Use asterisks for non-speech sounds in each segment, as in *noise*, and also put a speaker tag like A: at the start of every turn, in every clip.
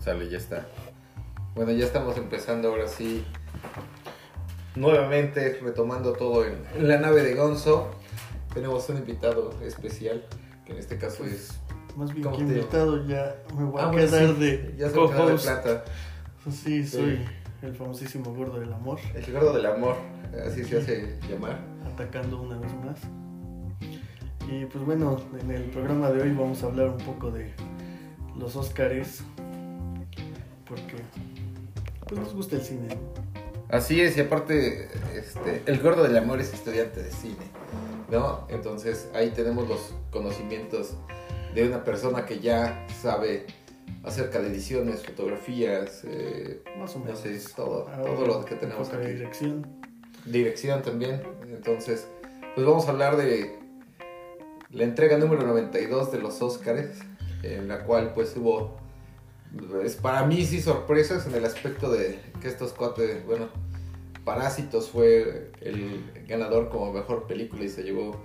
A: Sale, ya está. Bueno, ya estamos empezando ahora sí. Nuevamente retomando todo en, en la nave de Gonzo. Tenemos un invitado especial, que en este caso es.
B: Más bien
A: ¿Cómo
B: que
A: te-
B: invitado ya me voy Pues, a
A: Ah, bueno,
B: quedar
A: sí,
B: de.
A: Ya se me quedó de
B: co-host.
A: plata.
B: Sí, soy el famosísimo gordo del amor,
A: El gordo del amor, así se hace llamar.
B: atacando una vez más. Y pues bueno, en el programa de hoy vamos a hablar un poco de los Óscares. Porque pues nos gusta el cine. ¿no?
A: Así es, y aparte, este, el gordo del amor es estudiante de cine, ¿no? Entonces ahí tenemos los conocimientos de una persona que ya sabe acerca de ediciones, fotografías, eh,
B: Más o
A: no
B: menos.
A: sé, todo,
B: Ahora,
A: todo lo que
B: un
A: tenemos
B: poco de
A: aquí.
B: dirección.
A: Dirección también, entonces, pues vamos a hablar de la entrega número 92 de los Óscares, en la cual pues hubo, pues, para mí sí sorpresas en el aspecto de que estos cuates, bueno, Parásitos fue el ganador como mejor película y se llevó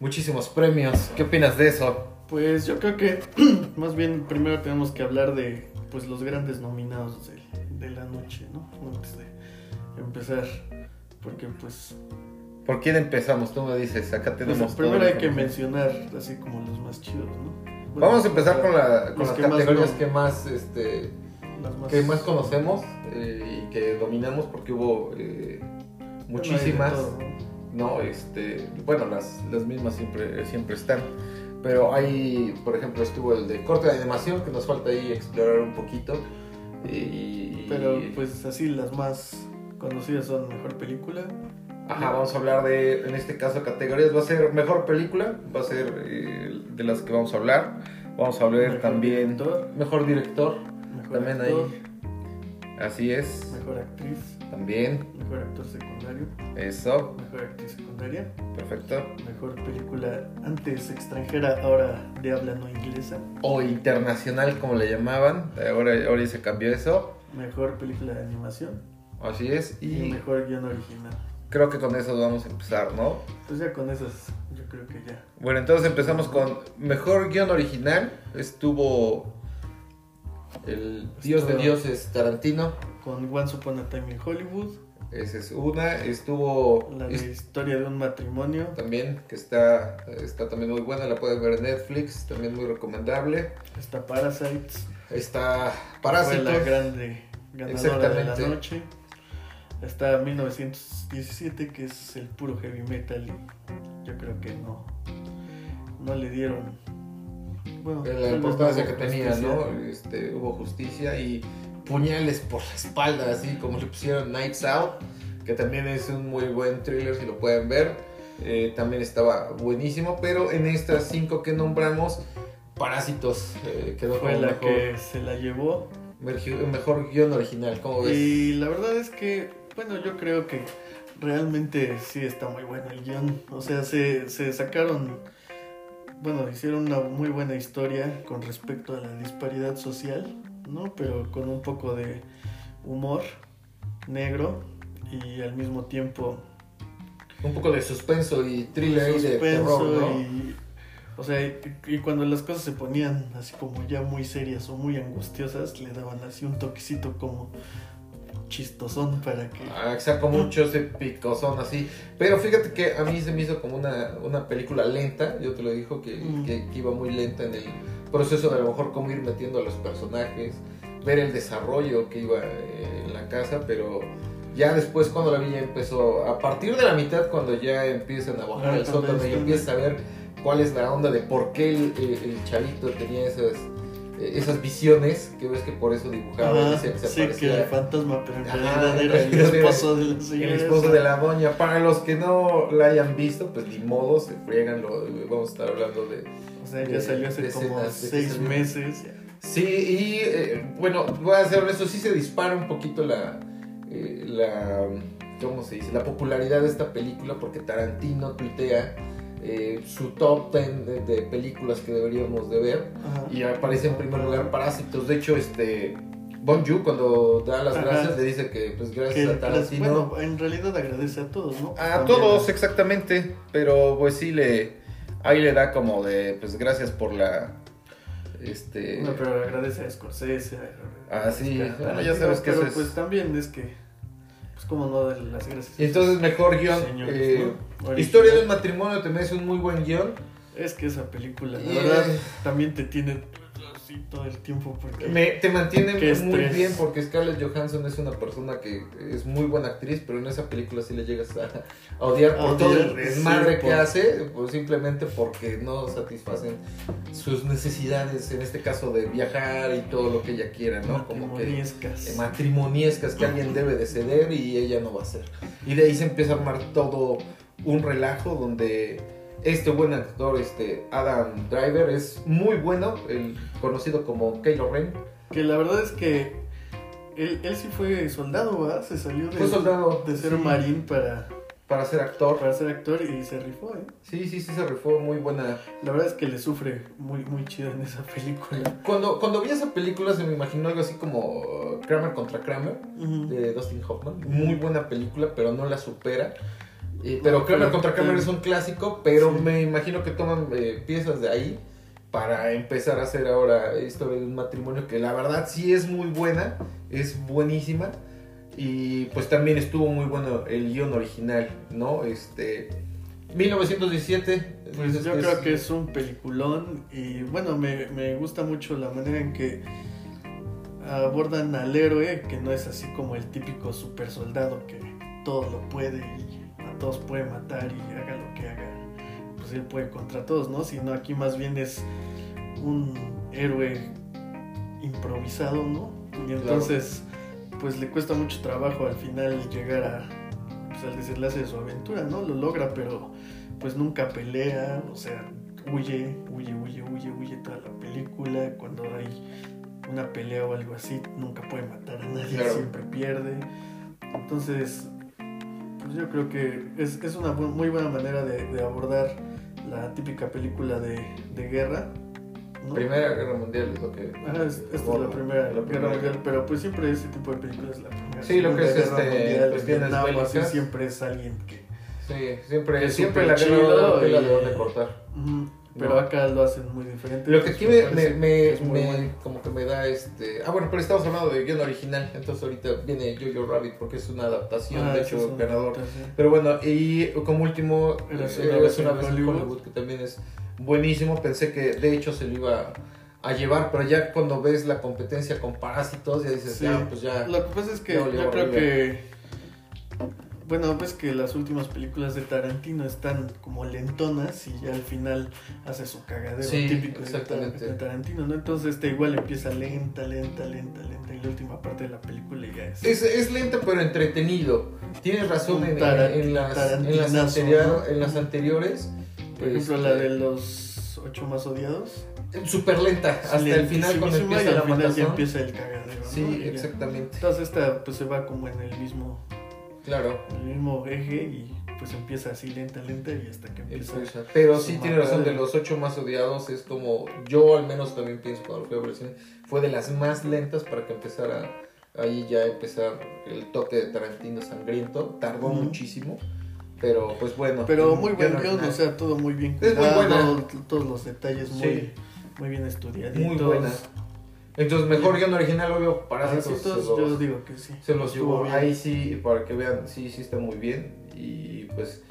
A: muchísimos premios. ¿Qué opinas de eso?
B: Pues yo creo que *clears throat* más bien primero tenemos que hablar de pues los grandes nominados del- de, la noche, ¿no? Antes de empezar. Porque pues,
A: ¿Por quién empezamos? Tú me dices, acá
B: pues,
A: tenemos... toda
B: primero
A: la
B: hay que
A: información.
B: mencionar así como los más chidos, ¿no? Bueno,
A: Vamos a empezar con, la, con
B: los
A: las
B: que más
A: categorías
B: no-
A: que más... Este,
B: las
A: que más conocemos eh, y que dominamos porque hubo eh,
B: Bueno, hay de
A: muchísimas,
B: todo, ¿no?
A: ¿no? Este, bueno, las, las mismas siempre, siempre están. Pero hay, por ejemplo, estuvo el de corte de animación que nos falta ahí explorar un poquito. Y,
B: Pero pues así las más conocidas son mejor película.
A: Ajá, vamos a hablar de, en este caso, categorías. Va a ser mejor película, va a ser eh, de las que vamos a hablar. Vamos a hablar
B: Mejor
A: también
B: director.
A: mejor director,
B: Mejor
A: también
B: actor,
A: ahí. Así es,
B: Mejor actriz,
A: también.
B: mejor actor secundario,
A: Eso,
B: mejor actriz secundaria.
A: perfecto.
B: Mejor película antes extranjera, ahora de habla no inglesa.
A: o internacional como le llamaban, ahora, ahora ya se cambió eso,
B: Mejor película de animación
A: así es,
B: y
A: y
B: mejor guión original.
A: creo que con eso vamos a empezar, ¿no?
B: Pues ya con esas, yo creo que ya.
A: Bueno, entonces empezamos con mejor guión original, estuvo el Dios de
B: Estuvo-
A: Dioses Tarantino,
B: Con Once Upon a Time in Hollywood,
A: esa es una, estuvo
B: la de
A: es-
B: historia de un matrimonio,
A: también, que está, está también muy buena, la pueden ver en Netflix, también muy recomendable,
B: está Parasites,
A: está
B: fue la
A: Parásitos,
B: grande ganadora de la
A: Exactamente.
B: noche. Está 1917, que es el puro heavy metal. y yo creo que no, no le dieron. Bueno, tal
A: la
B: vez no
A: importancia que
B: hubo
A: tenía,
B: justicia.
A: ¿no? Este, hubo justicia y puñales por la espalda, así como le pusieron Nights Out, que también es un muy buen thriller si lo pueden ver. Eh, también estaba buenísimo, pero en estas cinco que nombramos, Parásitos eh, quedó
B: fue
A: como
B: la
A: mejor,
B: que se la llevó.
A: mergi- mejor guión original, ¿cómo ves?
B: Y la verdad es que, bueno, yo creo que realmente sí está muy bueno el guión. O sea, se, se sacaron, bueno, hicieron una muy buena historia con respecto a la disparidad social, ¿no? Pero con un poco de humor negro y al mismo tiempo
A: Un poco de suspenso y thriller y de
B: suspenso
A: terror, ¿no?
B: y o sea, y, y cuando las cosas se ponían así como ya muy serias o muy angustiosas, le daban así un toquecito como chistosón para que
A: Ah, Exacto, mucho ese picosón así. Pero fíjate que a mí se me hizo como una, una película lenta. Yo te lo dijo que,
B: Mm.
A: que- que iba muy lenta en el proceso de a lo mejor cómo ir metiendo a los personajes, ver el desarrollo que iba eh, en la casa. Pero ya después, cuando la vi, ya empezó a partir de la mitad, cuando ya empiezan a bajar
B: Ah,
A: el sótano y
B: también.
A: empiezas a ver cuál es la onda de por qué el, el- el chavito tenía esas. eh, Esas visiones que ves que por eso dibujaba y
B: Ajá,
A: decía que se
B: sí, que
A: parecía
B: el fantasma, pero en
A: Ajá,
B: realidad era el
A: era-
B: esposo de la señora.
A: El esposo de la doña. Para los que no la hayan visto, pues ni modo, se friegan. lo- vamos a estar hablando de.
B: O sea, ya salió hace
A: de
B: como
A: escenas, de que
B: seis
A: salió.
B: meses.
A: Sí, y eh, bueno, voy a ser honesto, sí se dispara un poquito la. eh, la ¿Cómo se dice? La popularidad de esta película, porque Tarantino tuitea eh, su top 10 de, de películas que deberíamos de ver.
B: Ajá.
A: Y aparece en primer lugar Parásitos. De hecho, este. Bon Joon, cuando da las
B: Ajá.
A: gracias, le dice que, pues, gracias
B: Que,
A: a
B: las-
A: Tarantino.
B: bueno, en realidad agradece a todos, ¿no?
A: A
B: También
A: todos,
B: a-
A: exactamente. Pero pues sí le. Ahí le da como de. Pues gracias por la. Este.
B: No, pero agradece a Scorsese.
A: Ah, sí. Bueno, ya
B: Tarantino,
A: sabes que
B: pero
A: eso es-
B: pues también es que, pues como no darle las gracias.
A: Entonces, mejor guión.
B: Señores,
A: eh,
B: ¿no? Original.
A: Historia de un matrimonio también es un muy buen guión.
B: Es que esa película, la
A: Y- eh,
B: verdad, también te tiene así todo el tiempo porque...
A: Me- te mantiene
B: Qué
A: muy
B: estrés.
A: bien porque Scarlett Johansson es una persona que es muy buena actriz, pero en esa película sí le llegas a, a odiar por
B: A
A: todo el
B: odiar, sí,
A: desmadre que
B: por-
A: hace, pues simplemente porque no satisfacen sus necesidades, en este caso de viajar y todo lo que ella quiera, ¿no? Como que
B: matrimoniescas.
A: eh, matrimoniescas que alguien debe de ceder y ella no va a ser. Y de ahí se empieza a armar todo un relajo donde este buen actor, este Adam Driver, es muy bueno, el conocido como Kylo Ren.
B: Que la verdad es que él, él sí fue soldado, ¿verdad? Se salió de,
A: Fue soldado.
B: de ser
A: sí,
B: marín para,
A: Para ser actor.
B: para ser actor y se rifó, ¿eh?
A: Sí, sí, sí, se rifó muy buena.
B: La verdad es que le sufre muy, muy chido en esa película.
A: Cuando, cuando vi esa película se me imaginó algo así como Kramer contra Kramer de Dustin Hoffman. Muy buena película, pero no la supera. Y- pero
B: No,
A: Kramer
B: pero-
A: contra Kramer es un clásico, pero
B: Sí.
A: me imagino que toman eh, piezas de ahí para empezar a hacer ahora historia de un matrimonio que la verdad sí es muy buena, es buenísima. Y pues también estuvo muy bueno el guión original, ¿no? Este. 1917.
B: Pues
A: dices
B: yo
A: que es-
B: creo que es un peliculón y bueno, me, me gusta mucho la manera en que abordan al héroe, que no es así como el típico super soldado que todo lo puede y a todos puede matar y haga lo que haga, pues él puede contra todos, ¿no? Sino aquí más bien es un héroe improvisado, ¿no? Y entonces, pues le cuesta mucho trabajo al final llegar a, pues, al desenlace de su aventura, ¿no? Lo logra, pero pues nunca pelea, o sea, huye, huye, huye, huye, huye toda la película. Cuando hay una pelea o algo así, nunca puede matar a nadie,
A: Claro.
B: siempre pierde. Entonces, pues yo creo que es, es una bu- muy buena manera de, de abordar la típica película de, de guerra. ¿no?
A: Primera Guerra Mundial es lo que.
B: Ah, es- esta es la primera guerra mundial, pero pues siempre ese tipo de películas la primera.
A: Sí, lo que es,
B: Segunda Guerra
A: este,
B: Mundial,
A: cuestiones
B: Vietnam, así
A: bélicas.
B: siempre es alguien que.
A: Sí, siempre,
B: Que es
A: siempre la
B: superchido
A: guerra mundial la
B: y-
A: deben de cortar.
B: Ujú, pero
A: No.
B: acá lo hacen muy diferente.
A: Lo que aquí me,
B: Pues,
A: me-
B: parece
A: me-
B: que es muy
A: me-
B: bueno.
A: como que me da este... Ah, bueno, pero estamos hablando de guión original, entonces ahorita viene Jojo Rabbit porque es una adaptación,
B: Ah,
A: de
B: esa es
A: hecho,
B: una
A: ganador.
B: adaptación.
A: Pero bueno, y como último,
B: Eras
A: eh,
B: una
A: Eras
B: vez en Hollywood.
A: que también es buenísimo. Pensé que de hecho se lo iba a llevar, pero ya cuando ves la competencia con Parásitos, ya dices,
B: Sí.
A: ya, pues ya...
B: Lo que pasa es que
A: Ya valió
B: yo creo
A: horrible.
B: que. Bueno, pues que las últimas películas de Tarantino están como lentonas y ya al final hace su cagadero
A: Sí,
B: típico de Tar-
A: exactamente.
B: de Tarantino, ¿no? Entonces esta igual empieza lenta, lenta, lenta, lenta y la última parte de la película ya es.
A: Es, es lento pero entretenido. Tienes razón
B: Un
A: en,
B: tara-
A: en- en las, en, las
B: tarantinazo,
A: anterior-
B: ¿no?
A: en las anteriores.
B: Por ejemplo,
A: este,
B: la de los ocho más odiados.
A: Súper lenta, hasta el final cuando
B: Lentísima,
A: empieza
B: y
A: la
B: al final ya
A: matazón.
B: empieza el cagadero. ¿no?
A: Sí,
B: Y ya.
A: exactamente.
B: Entonces esta pues se va como en el mismo,
A: Claro.
B: el mismo eje y pues empieza así lenta, lenta y hasta que empieza.
A: Exacto. Pero sí
B: Su
A: tiene razón, de
B: madre.
A: los ocho más odiados es como, yo al menos también pienso cuando fui a ver el cine, fue de las más lentas para que empezara, ahí ya empezar el toque de Tarantino sangriento, tardó
B: Ujú.
A: muchísimo, pero pues bueno.
B: Pero muy buen
A: Ya no-
B: guión, o sea, todo muy bien
A: Es muy
B: cuidado,
A: buena.
B: todos los detalles muy,
A: Sí.
B: muy bien estudiaditos.
A: Muy buena. Entonces, mejor guión original, obvio, Parásitos. se
B: Parásitos,
A: los-
B: yo digo que sí.
A: Se los
B: Estuvo
A: llevó
B: bien.
A: ahí sí, para que vean, sí, sí está muy bien. Y pues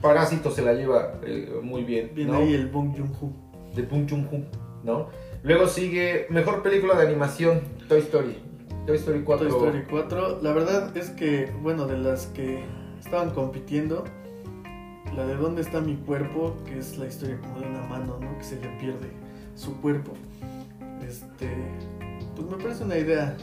A: Parásito se la lleva eh, muy bien,
B: Viene
A: ¿no?
B: ahí el Bong Joon-ho.
A: De Pung Chung Hung, ¿no? Luego sigue Mejor Película de Animación, Toy Story. Toy Story 4.
B: Toy Story 4. La verdad es que, bueno, de las que estaban compitiendo, la de ¿Dónde está mi cuerpo? Que es la historia como de una mano, ¿no? Que se le pierde su cuerpo. Este. Pues me parece una idea.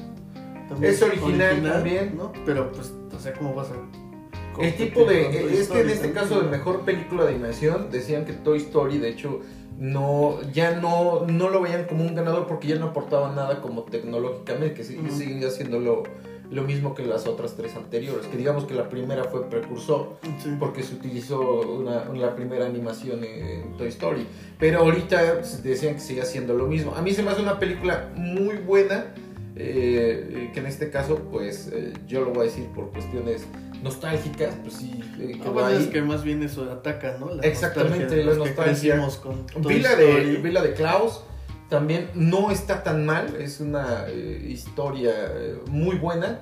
B: también
A: Es original también.
B: ¿no? Pero pues, o sea, ¿cómo vas a.?
A: El
B: competir
A: tipo de...
B: con
A: eh, Es
B: Toy
A: que en
B: Story
A: este
B: también,
A: caso de
B: no?
A: Mejor Película de Animación decían que Toy Story, de hecho, no ya no, no lo veían como un ganador porque ya no aportaba nada como tecnológicamente, que sigue,
B: Ujú.
A: sigue haciéndolo lo mismo que las otras tres anteriores, que digamos que la primera fue precursor.
B: Sí. Ah,
A: porque se utilizó una, la primera animación en Toy Story. Pero ahorita decían que sigue haciendo lo mismo. A mí se me hace una película muy buena, eh, que en este caso, pues eh, yo lo voy a decir por cuestiones nostálgicas, pues sí, eh,
B: Ah,
A: quedó
B: bueno, es
A: ahí.
B: que más bien eso ataca, ¿no? La
A: Exactamente,
B: nostalgia de
A: la
B: los que
A: nostalgia.
B: crecimos con Toy
A: Vi la
B: Story.
A: de, vi la de Klaus, También no está tan mal, es una eh, historia eh, muy buena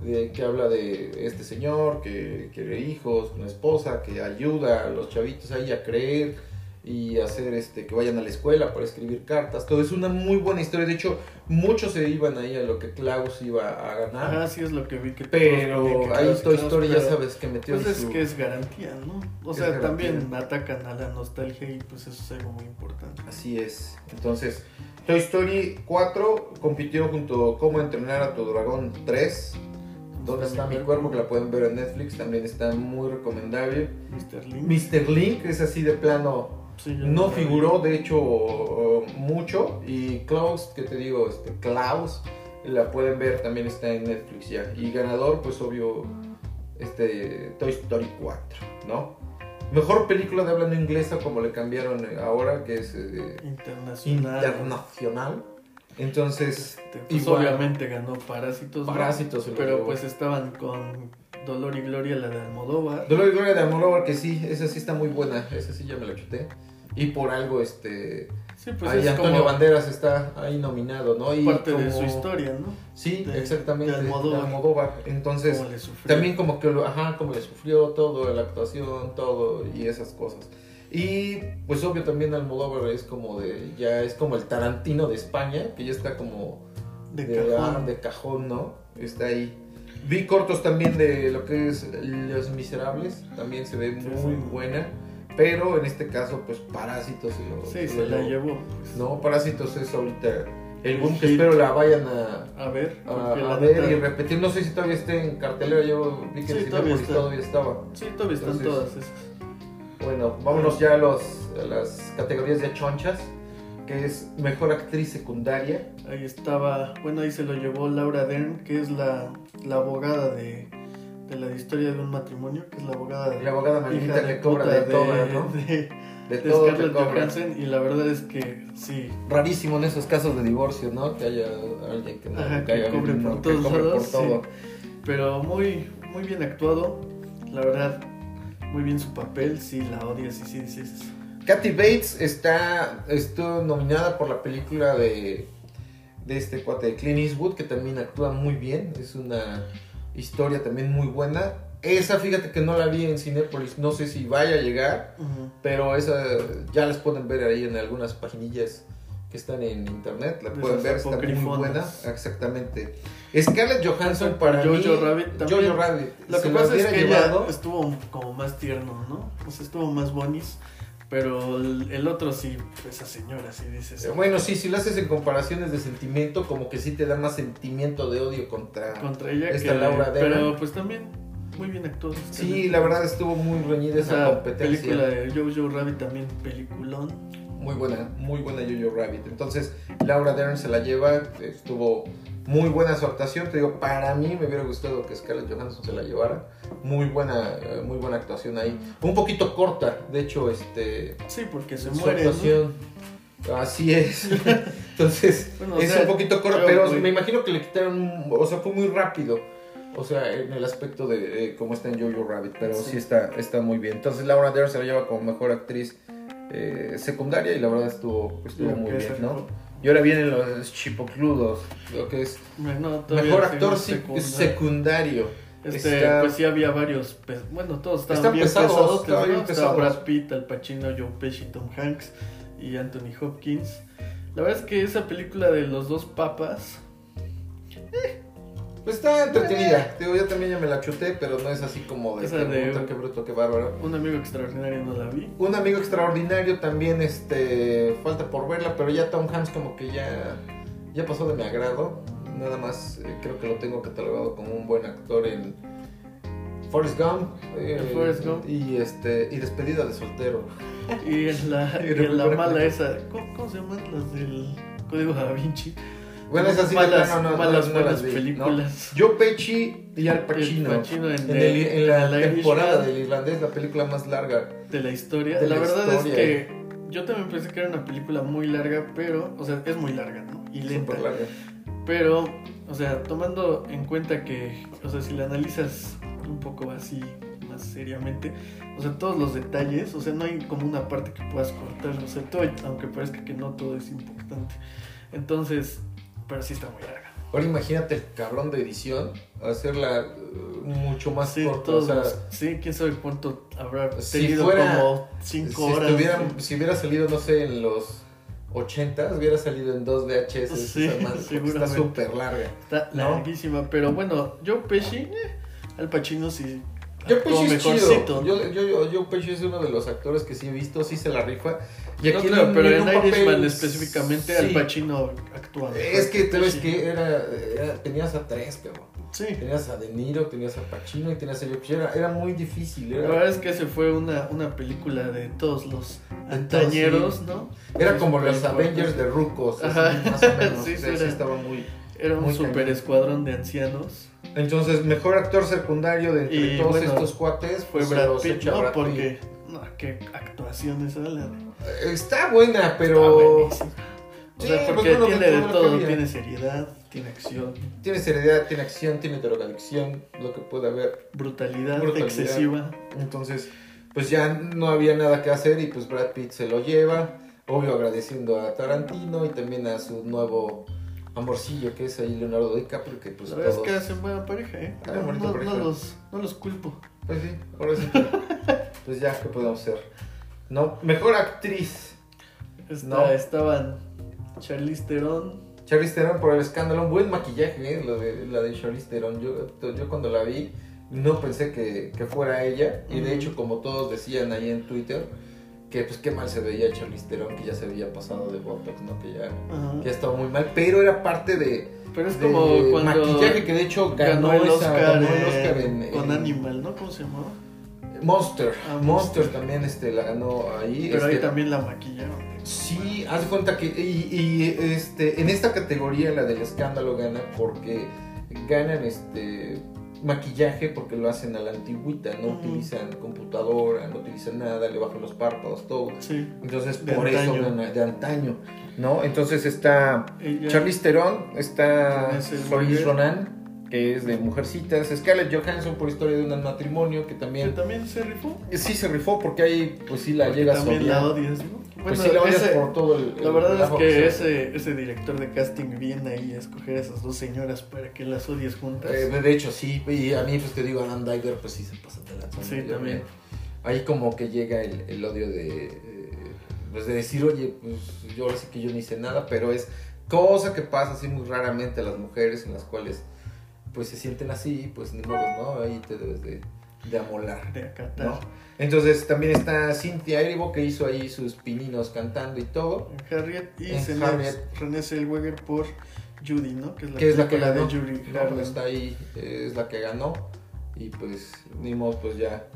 A: de- que habla de este señor que quiere hijos, una esposa, que ayuda a los chavitos ahí a creer y hacer este que vayan a la escuela para escribir cartas. Todo es una muy buena historia. De hecho, muchos se iban ahí a lo que Klaus iba a ganar.
B: Ajá, Ah, sí es lo que vi que todos
A: Pero
B: ponían que
A: ahí
B: Klaus y
A: Toy
B: Klaus,
A: Story ya
B: pero,
A: sabes que metió
B: Pues
A: en
B: es
A: su-
B: que es garantía, ¿no? O
A: Es
B: sea,
A: garantía.
B: también atacan a la nostalgia y pues eso es algo muy importante.
A: Así es. Entonces, Toy Story 4 compitió junto a Cómo entrenar a tu dragón 3. ¿Dónde está mi cuerpo? Que la pueden ver en Netflix. También está muy recomendable.
B: Mr. Link.
A: Mr. Link es así de plano.
B: Sí, yo
A: No
B: lo vi.
A: figuró, de hecho, uh, mucho. Y Klaus, que te digo, este, Klaus, la pueden ver. También está en Netflix ya. Y ganador, pues obvio, este, Toy Story 4, ¿no? Mejor película de habla no inglesa, como le cambiaron ahora, que es... eh,
B: Internacional.
A: internacional. Entonces,
B: Este, pues
A: Igual.
B: obviamente ganó Parásitos. ¿no?
A: Parásitos. el
B: Pero
A: otro.
B: pues estaban con Dolor y Gloria, la de Almodóvar.
A: Dolor y Gloria de Almodóvar, que sí, esa sí está muy buena. Esa sí ya me la chuté. Y por algo, este.
B: Sí, pues
A: ahí
B: es
A: Antonio
B: como
A: Banderas está ahí nominado, ¿no? Y
B: parte de
A: como-
B: su historia, ¿no?
A: Sí,
B: de-
A: exactamente.
B: de Almodóvar.
A: de Almodóvar. Entonces,
B: Cómo le sufrió.
A: también como que lo. Ajá, como le sufrió todo, la actuación, todo y esas cosas. Y pues obvio también Almodóvar es como de. Ya es como el Tarantino de España, que ya está como.
B: de,
A: de,
B: cajón.
A: ah, de cajón, ¿no? Está ahí. Vi cortos también de lo que es Los Miserables, también se ve
B: Sí,
A: muy
B: sí.
A: buena, pero en este caso, pues Parásitos. se lo- se
B: Sí, se
A: lo-
B: la llevó. pues,
A: No, Parásitos es ahorita el boom que
B: Sí.
A: espero la vayan a,
B: A ver,
A: a-
B: porque
A: a
B: la
A: ver
B: neta-
A: y repetir. No sé si todavía esté en cartelera, yo vi que
B: Sí,
A: en
B: todavía
A: Cinépolis
B: está.
A: todavía estaba.
B: Sí, todavía están
A: Entonces-
B: todas esas.
A: Bueno, vámonos ya a, los- a las categorías de chonchas, que es Mejor Actriz Secundaria.
B: Ahí estaba, bueno, ahí se lo llevó Laura Dern, que es la, la abogada de, de la historia de un matrimonio, que es la abogada
A: La abogada maldita
B: hija
A: que cobra
B: puta
A: de, todas, ¿no?
B: de-
A: De
B: de
A: todo te
B: Scarlett
A: cobra.
B: Johansson, y la verdad es que sí,
A: rarísimo en esos casos de divorcio, ¿no? Que haya alguien que no
B: Ajá, que
A: caiga
B: cobre
A: bien,
B: por
A: ¿no?
B: todos
A: cobre por
B: lados,
A: todo.
B: pero muy, muy bien actuado, la verdad, muy bien su papel, sí, la odias y sí dices,
A: Kathy Bates está estuvo nominada por la película de, de este cuate de Clint Eastwood, que también actúa muy bien. Es una historia también muy buena. Esa, fíjate que no la vi en Cinépolis, no sé si vaya a llegar,
B: "Ujú".
A: pero esa ya las pueden ver ahí en algunas paginillas que están en internet, la
B: De
A: pueden
B: esas
A: ver, está muy
B: apocrifonas.
A: buena, exactamente. Scarlett Johansson para mí,
B: Jojo Rabbit también.
A: Jojo Rabbit,
B: Lo
A: se
B: que
A: la
B: pasa es
A: hubiera
B: que
A: llevado,
B: ella estuvo como más tierno, ¿no? O sea, estuvo más bonis, pero el, el otro sí, esa señora sí dices,
A: Eh, Bueno, sí, si lo haces en comparaciones de sentimiento, como que sí te da más sentimiento de odio contra...
B: contra ella
A: Esta
B: que
A: Laura Dern.
B: pero pues también muy bien actuado
A: Sí, la verdad estuvo muy reñida esa,
B: esa
A: competencia.
B: película de Jojo Rabbit también peliculón
A: Muy buena, muy buena Jojo Rabbit. Entonces, Laura Dern se la lleva, estuvo muy buena su actuación. Te digo, para mí me hubiera gustado que Scarlett Johansson se la llevara. Muy buena, eh, muy buena actuación ahí. Un poquito corta, de hecho, este,
B: sí porque se
A: su
B: muere ¿no?
A: actuación. Así *laughs* es. Entonces,
B: Bueno, o
A: es
B: sea,
A: un poquito corto,
B: creo
A: pero
B: que-
A: me imagino que le quitaron, o sea, fue muy rápido. O sea, en el aspecto de, eh, cómo está en Jojo Rabbit, pero sí,
B: Sí.
A: está, está muy bien. Entonces Laura Dern se la lleva como mejor actriz eh, secundaria y la verdad estuvo, estuvo
B: Creo
A: muy
B: que
A: bien,
B: esa
A: ¿no? Y ahora vienen los chipocludos, lo que es
B: fue- no, todavía
A: mejor
B: sí,
A: actor sec-
B: secundaria.
A: secundario.
B: este
A: está-
B: pues sí había varios pes- bueno todos estaban
A: Están
B: bien
A: pesados,
B: pesados,
A: estaban bien
B: ¿no?
A: pesados.
B: Estaba Brad Pitt Al Pacino Joe Pesci Tom Hanks y Anthony Hopkins la verdad es que esa película de los dos papas
A: Pues está entretenida. Te Digo, yo también ya me la chuté, pero no es así como de,
B: Esa
A: qué
B: de-
A: bruto, qué bruto, qué bárbaro.
B: un amigo extraordinario no la vi
A: Un amigo extraordinario también, este, falta por verla, pero ya Tom Hanks como que ya, ya pasó de mi agrado. Nada más eh, creo que lo tengo catalogado como un buen actor en Forrest Gump, eh,
B: En Forrest Gump.
A: y este y despedida de soltero.
B: Y en la,
A: *laughs* Y
B: y en la
A: recuerda-
B: mala esa, ¿cómo, cómo se llaman las del código da Vinci?
A: Bueno, es así
B: malas,
A: de plano, no,
B: malas,
A: no, no
B: malas
A: las vi,
B: películas.
A: ¿no? Joe Pesci y Al Pacino.
B: El Pacino en,
A: En, el-
B: The-
A: en la
B: The Irishman
A: temporada del irlandés, la película más larga.
B: de la historia.
A: de
B: la
A: la
B: verdad
A: historia.
B: es que yo también pensé que era una película muy larga, pero, o sea, es muy larga, ¿no? Y lenta.
A: Súper larga.
B: Pero, o sea, tomando en cuenta que, o sea, si la analizas un poco así, más más seriamente. O sea, todos los detalles, o sea, no hay como una parte que puedas cortar, o sea, todo, aunque parezca que no todo es importante. Entonces, pero sí está muy larga.
A: Ahora imagínate el cabrón de edición, hacerla eh, mucho más
B: Sí,
A: corta.
B: todos
A: o sea,
B: los- sí, quién sabe cuánto habrá
A: Si
B: tenido
A: fuera-
B: como 5
A: si,
B: horas.
A: estuviera- si hubiera salido, no sé, en los 80, hubiera salido en dos VHS.
B: Sí,
A: esa madre, porque está
B: seguramente.
A: súper larga.
B: Está
A: ¿no?
B: larguísima, pero bueno, yo Pesci, eh, Al Pacino sí.
A: Yo
B: actuó
A: Pesci es
B: Ah, mejorcito.
A: chido. Yo, yo, yo, yo Pesci es uno de los actores que sí he visto, sí se la rifa. Y
B: No,
A: aquí
B: claro,
A: en-
B: pero en
A: un papel-
B: Irishman específicamente Al
A: sí.
B: Pacino actúa. mejor
A: Es que tú ves
B: Pesci.
A: que eh, era, era- tenías a tres, cabrón.
B: Sí,
A: Tenías a De Niro, tenías a Pacino y tenías a Joe Pesci. Era, era muy difícil.
B: la
A: Era,
B: verdad es que se fue una, una película de todos los
A: sí.
B: antañeros, ¿no?
A: era como los
B: Súper
A: Avengers de Rucos. así,
B: Ajá.
A: Más o menos.
B: *laughs* Sí,
A: o sea,
B: sí,
A: sí
B: era.
A: estaba muy.
B: Era un
A: Muy
B: super
A: cañón.
B: escuadrón de ancianos.
A: Entonces, mejor actor secundario de entre
B: Y
A: todos
B: bueno,
A: estos cuates
B: Fue
A: pues, se
B: Brad
A: los
B: Pitt,
A: echa
B: ¿no?
A: Brad Pitt.
B: Porque, no, qué actuación esa la de-
A: Está buena,
B: Ah,
A: pero
B: buenísimo. O
A: Sí,
B: sea,
A: pues,
B: porque
A: bueno, todo
B: tiene de
A: lo que
B: todo,
A: había.
B: tiene seriedad, tiene acción,
A: tiene seriedad, tiene acción, tiene drogadicción, lo que pueda haber.
B: brutalidad,
A: Brutalidad.
B: excesiva.
A: Entonces, pues ya no había nada que hacer y pues Brad Pitt se lo lleva. Obvio agradeciendo a Tarantino y también a su nuevo amorcillo que es ahí Leonardo DiCaprio, que pues
B: la verdad es
A: todos...
B: que hacen buena pareja, ¿eh?
A: Ah,
B: No-
A: bonita
B: no,
A: pareja.
B: no los, no los culpo.
A: Pues sí, ahora sí que- pues ya, ¿qué podemos hacer? No, mejor actriz.
B: Esta-
A: No.
B: Estaban Charlize Theron.
A: Charlize Theron por el escándalo, un buen maquillaje, ¿eh? lo de, la de Charlize Theron. Yo, yo cuando la vi no pensé que, que fuera ella y de
B: Ujú.
A: hecho como todos decían ahí en Twitter que pues qué mal se veía Charlize Theron, que ya se había pasado de Botox, ¿no? que ya,
B: Ajá.
A: ya estaba muy mal, pero era parte de,
B: Pero es
A: de
B: como cuando
A: maquillaje que de hecho ganó,
B: ganó el
A: esa-
B: Oscar,
A: ganó el
B: eh,
A: Oscar en-
B: con
A: en-
B: Animal, ¿no? ¿Cómo se llamaba?
A: Monster,
B: Ah,
A: Monster también este, la ganó ahí.
B: Pero ahí
A: este,
B: también la maquillaron.
A: Sí, haz de cuenta que y, y, este, en esta categoría la del escándalo gana porque ganan este maquillaje porque lo hacen a la antigüita, no
B: Ujú.
A: utilizan computadora, no utilizan nada, le bajan los párpados, todo.
B: Sí,
A: Entonces
B: De
A: por eso
B: antaño.
A: gana de antaño, ¿no? Entonces está
B: ella.
A: Charlize Theron, está
B: Es el
A: Saoirse
B: Roger.
A: Ronan, que es de Mujercitas, Scarlett Johansson por historia de un matrimonio que
B: que
A: también
B: también se rifó.
A: sí se rifó porque ahí pues sí la
B: porque
A: llega a
B: también
A: odiar.
B: la odias, ¿no?
A: Pues sí, la odias
B: ese-
A: por todo el.
B: La
A: el
B: verdad es
A: relajo
B: que
A: se-
B: ese, ese director de casting viene ahí a escoger a esas dos señoras para que las odies juntas.
A: Eh, de hecho, sí. Y a mí, pues te digo, Adam Diver, pues sí se pasa de lanza, ¿no?
B: Sí,
A: Yo
B: también.
A: me- Ahí como que llega el, el odio de. eh, pues de decir, oye, pues yo ahora sí que yo no hice nada, pero es cosa que pasa así muy raramente a las mujeres en las cuales pues se sienten así, pues ni modo, ¿no? Ahí te debes de, de amolar.
B: de acatar.
A: ¿no? Entonces también está Cynthia Erivo que hizo ahí sus pininos cantando y todo.
B: En Harriet y
A: En
B: se
A: Harriet.
B: René Zellweger por Judy, ¿no? Que pues es la,
A: que es la que
B: película
A: ganó.
B: de Judy
A: No,
B: Garland.
A: Pues, está ahí, eh, es la que ganó. Y pues, ni modo, pues ya.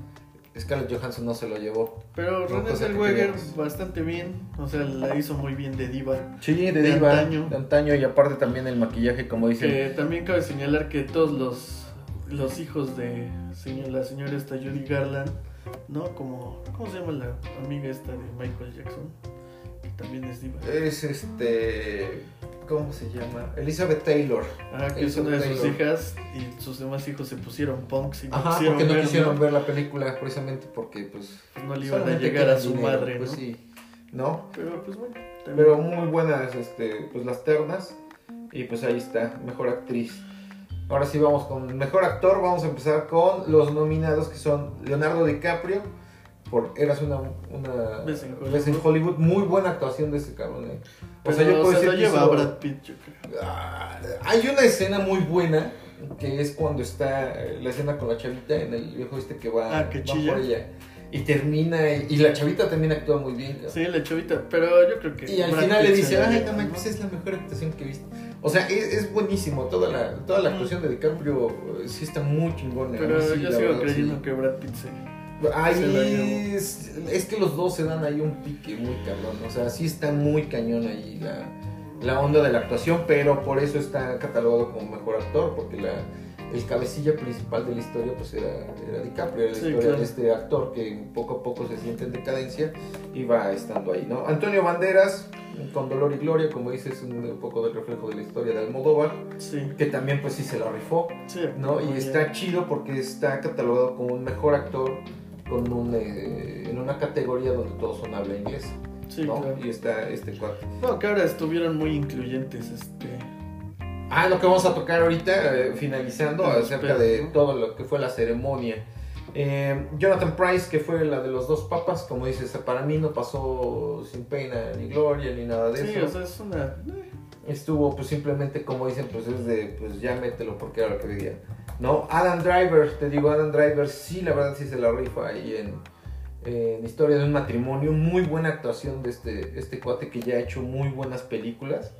A: Scarlett Johansson no se lo llevó.
B: Pero
A: No,
B: René
A: cosa que
B: Zellweger
A: queríamos.
B: bastante bien, o sea, la hizo muy bien de diva.
A: Sí, de,
B: De
A: diva,
B: antaño.
A: De antaño, y aparte también el maquillaje, como dicen.
B: Que también cabe señalar que todos los los hijos de señor- la señora esta Judy Garland, ¿no? Como ¿cómo se llama la amiga esta de Michael Jackson? Que también es diva.
A: Es este. ¿Cómo se llama? Elizabeth Taylor.
B: Ah, que es
A: Eso
B: una de
A: tengo.
B: sus hijas y sus demás hijos se pusieron punks y no
A: Ajá,
B: quisieron
A: porque no
B: ver,
A: quisieron
B: ¿no?
A: ver la película, precisamente porque, pues.
B: No le iban a
A: solamente
B: llegar a
A: querían
B: su
A: dinero,
B: madre,
A: Pues
B: ¿no?
A: sí, ¿no?
B: Pero pues bueno, también-
A: Pero muy buenas este, pues, las ternas. Y pues ahí está, mejor actriz. Ahora sí vamos con mejor actor. Vamos a empezar con los nominados que son Leonardo DiCaprio por Eras una, una
B: Vez en Hollywood.
A: Vez en Hollywood. Muy buena actuación de ese cabrón. eh. O sea,
B: pero
A: yo puedo
B: se
A: decir
B: lo
A: que
B: lleva
A: hizo-
B: Brad Pitt, yo creo.
A: Ah, hay una escena muy buena que es cuando está eh, la escena con la chavita en el viejo este que va,
B: Ah, que
A: va
B: chilla.
A: por ella. Y termina, y, y la chavita también actúa muy bien. cabrón.
B: Sí, la chavita, pero yo creo que
A: Y al
B: Brad
A: final
B: Pitt
A: le
B: se
A: dice,
B: lo
A: ay,
B: lleva,
A: no manches, es la mejor actuación que he visto. O sea, es, es buenísimo. Toda la, toda la actuación de DiCaprio eh, sí está muy chingona.
B: Pero
A: sí, la
B: yo sigo
A: verdad,
B: creyendo
A: sí.
B: que Brad Pitt se... se la
A: Ahí
B: llevó.
A: es, es que los dos se dan ahí un pique muy cabrón. O sea, sí está muy cañón ahí la, la onda de la actuación, pero por eso está catalogado como mejor actor, porque la, el cabecilla principal de la historia pues era, era DiCaprio, era la
B: Sí,
A: historia
B: claro.
A: de este actor que poco a poco se siente en decadencia y va estando ahí, ¿no? Antonio Banderas, con dolor y gloria, como dices, un, un poco del reflejo de la historia de Almodóvar,
B: Sí,
A: que también pues sí se la rifó,
B: sí.
A: ¿no? Y
B: muy
A: está chido porque está catalogado como un mejor actor con un, eh, en una categoría donde todos son habla inglés,
B: bien. Sí,
A: ¿no?
B: claro.
A: Y está este cuate.
B: No, que ahora estuvieron muy incluyentes, este.
A: Ah, lo que vamos a tocar ahorita, eh, finalizando,
B: Ah,
A: acerca
B: espera,
A: de
B: ¿no?
A: todo lo que fue la ceremonia. Eh, Jonathan Price, que fue la de los dos papas, como dices, para mí no pasó sin pena ni gloria ni nada de
B: Sí,
A: eso.
B: o sea, es una.
A: Estuvo pues simplemente, como dicen, pues es de, pues ya mételo porque era lo que veía. No, Adam Driver, te digo, Adam Driver sí, la verdad sí se la rifa ahí en, en Historia de un matrimonio. Muy buena actuación de este, este cuate que ya ha hecho muy buenas películas.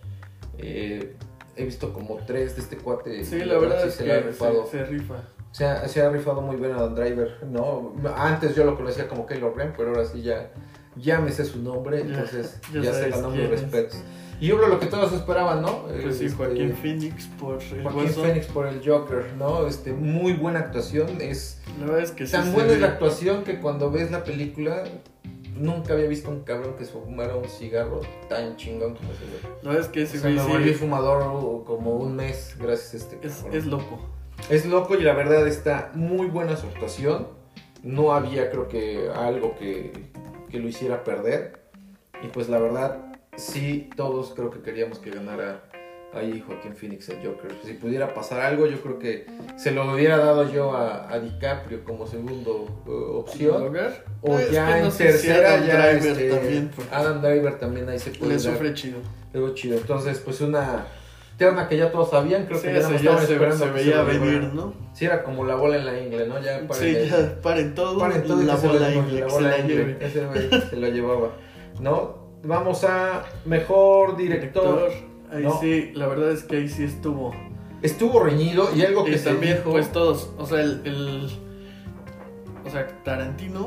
A: Eh, he visto como tres de este cuate.
B: Sí,
A: y
B: la verdad
A: sí
B: es
A: se
B: que
A: la ha
B: se,
A: rifado.
B: se rifa.
A: Se ha, se ha rifado muy bien Adam Driver, ¿no? Antes yo lo conocía como Kylo Ren, pero ahora sí ya, ya me sé su nombre,
B: Ya,
A: entonces ya,
B: *laughs* ya
A: se
B: sabes
A: ganó mis
B: quién es.
A: respetos. Y uno lo que todos esperaban, ¿no?
B: Pues sí,
A: Este,
B: Joaquín Phoenix por el
A: Joaquín
B: Guasón.
A: Phoenix por el Joker, ¿no? Este, muy buena actuación, es
B: La verdad es que sí.
A: tan
B: se
A: buena es
B: ve.
A: la actuación que cuando ves la película nunca había visto un cabrón que se fumara un cigarro tan chingón como ese güey.
B: La verdad es que
A: O
B: ese
A: sea, me
B: güey
A: volví
B: sí.
A: fumador como un mes gracias a este
B: Es,
A: cabrón.
B: es loco.
A: Es loco y la verdad está muy buena su actuación. No había, creo que, algo que, que lo hiciera perder. Y pues la verdad, sí, todos creo que queríamos que ganara ahí Joaquín Phoenix el Joker. Si pudiera pasar algo, yo creo que se lo hubiera dado yo a, a DiCaprio como segundo eh, opción.
B: ¿Lugar?
A: O
B: Es
A: ya
B: pues, que
A: en
B: no sé si
A: tercera,
B: Adam
A: ya
B: Driver
A: este, pues
B: también, porque
A: Adam Driver también ahí se puede
B: le
A: dar
B: sufre chido.
A: algo chido. Entonces, pues una terna que ya todos sabían, creo
B: Sí,
A: que ya
B: eso
A: no
B: ya
A: estaban
B: se,
A: esperando.
B: se
A: que
B: veía
A: lo dieran.
B: venir, ¿no?
A: Sí, era como la bola en la ingle, ¿no? Ya para
B: Sí, ya paren todo.
A: Paren todo y
B: la
A: que se lo-
B: bola ingle,
A: la
B: que se
A: bola
B: la
A: ingle.
B: lleve.
A: Ese güey se la llevaba, ¿no? Vamos a mejor director.
B: Director. Ahí
A: No.
B: sí, la verdad es que ahí sí estuvo.
A: Estuvo reñido y algo que
B: Y
A: se
B: también,
A: dijo-
B: pues todos, o sea, el, el- O sea, Tarantino,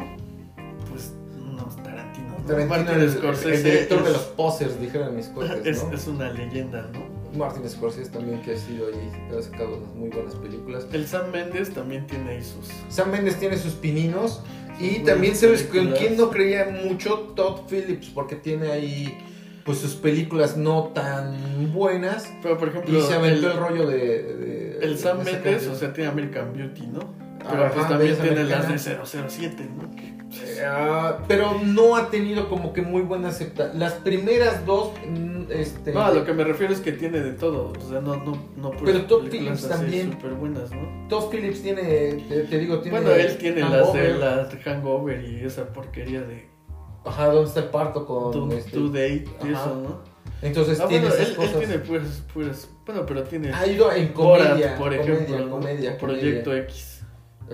B: pues no, es Tarantino. ¿no?
A: Tarantino,
B: Martin
A: el,
B: Scorsese
A: el director
B: es,
A: de los posers, dijeron mis cortes,
B: es,
A: ¿no?
B: *laughs* es una leyenda, ¿no?
A: Martin Scorsese también que ha sido ahí, ha sacado unas muy buenas películas.
B: El Sam Mendes también tiene ahí sus.
A: Sam Mendes tiene sus pininos y
B: Buenas
A: también sabes con
B: películas.
A: quién no creía mucho Todd Phillips porque tiene ahí pues sus películas no tan buenas
B: Pero por
A: Y
B: ejemplo,
A: se aventó el,
B: el,
A: rollo de. de-
B: el Sam
A: de esa
B: Mendes,
A: canción.
B: o sea, tiene American Beauty, ¿no? Pero
A: Ajá,
B: pues también
A: belleza
B: tiene
A: americana.
B: las de 007, ¿no? Que-
A: Ah, pero no ha tenido como que muy buena aceptación. Las primeras dos. mm, Este,
B: No, a lo que me refiero es que tiene de todo, o sea, no, no, no puras
A: Pero Todd
B: películas
A: Phillips
B: así
A: también.
B: súper buenas, ¿no?
A: Todd Phillips tiene. Te, te digo, tiene.
B: Bueno, él tiene las de
A: Hangover.
B: la Hangover y esa porquería de
A: Ajá, ¿dónde está el parto con.
B: Two,
A: este?
B: Two Date y
A: ajá.
B: eso, ¿no?
A: Entonces
B: Ah,
A: tiene
B: bueno,
A: esas
B: él, él
A: cosas.
B: tiene puras, puras, bueno, pero tiene
A: Ha ido en
B: Borat,
A: comedia.
B: por
A: comedia,
B: ejemplo, ¿no?
A: comedia, comedia.
B: Proyecto X.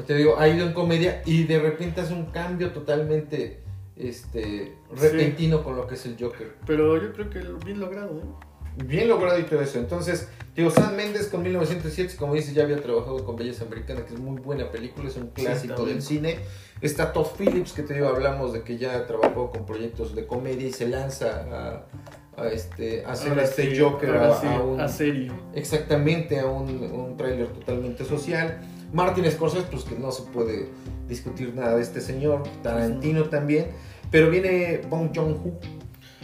A: Te digo, ha ido en comedia y de repente hace un cambio totalmente. Este, repentino con lo que es el Joker.
B: Pero yo creo que lo- bien logrado, ¿eh?
A: Bien logrado y todo eso. Entonces, digo, Sam Méndez con 1907, como dices, ya había trabajado con Belleza Americana, que es muy buena película, es un clásico
B: también.
A: del cine. Está Todd Phillips, que te digo, hablamos de que ya trabajó con proyectos de comedia y se lanza a, a este, a hacer
B: Ahora
A: este
B: sí,
A: Joker
B: ahora
A: a,
B: sí,
A: a un,
B: a serio.
A: exactamente a un, un tráiler totalmente social. Martin Scorsese, pues que no se puede discutir nada de este señor. Tarantino también. Pero viene Bong Joon-ho.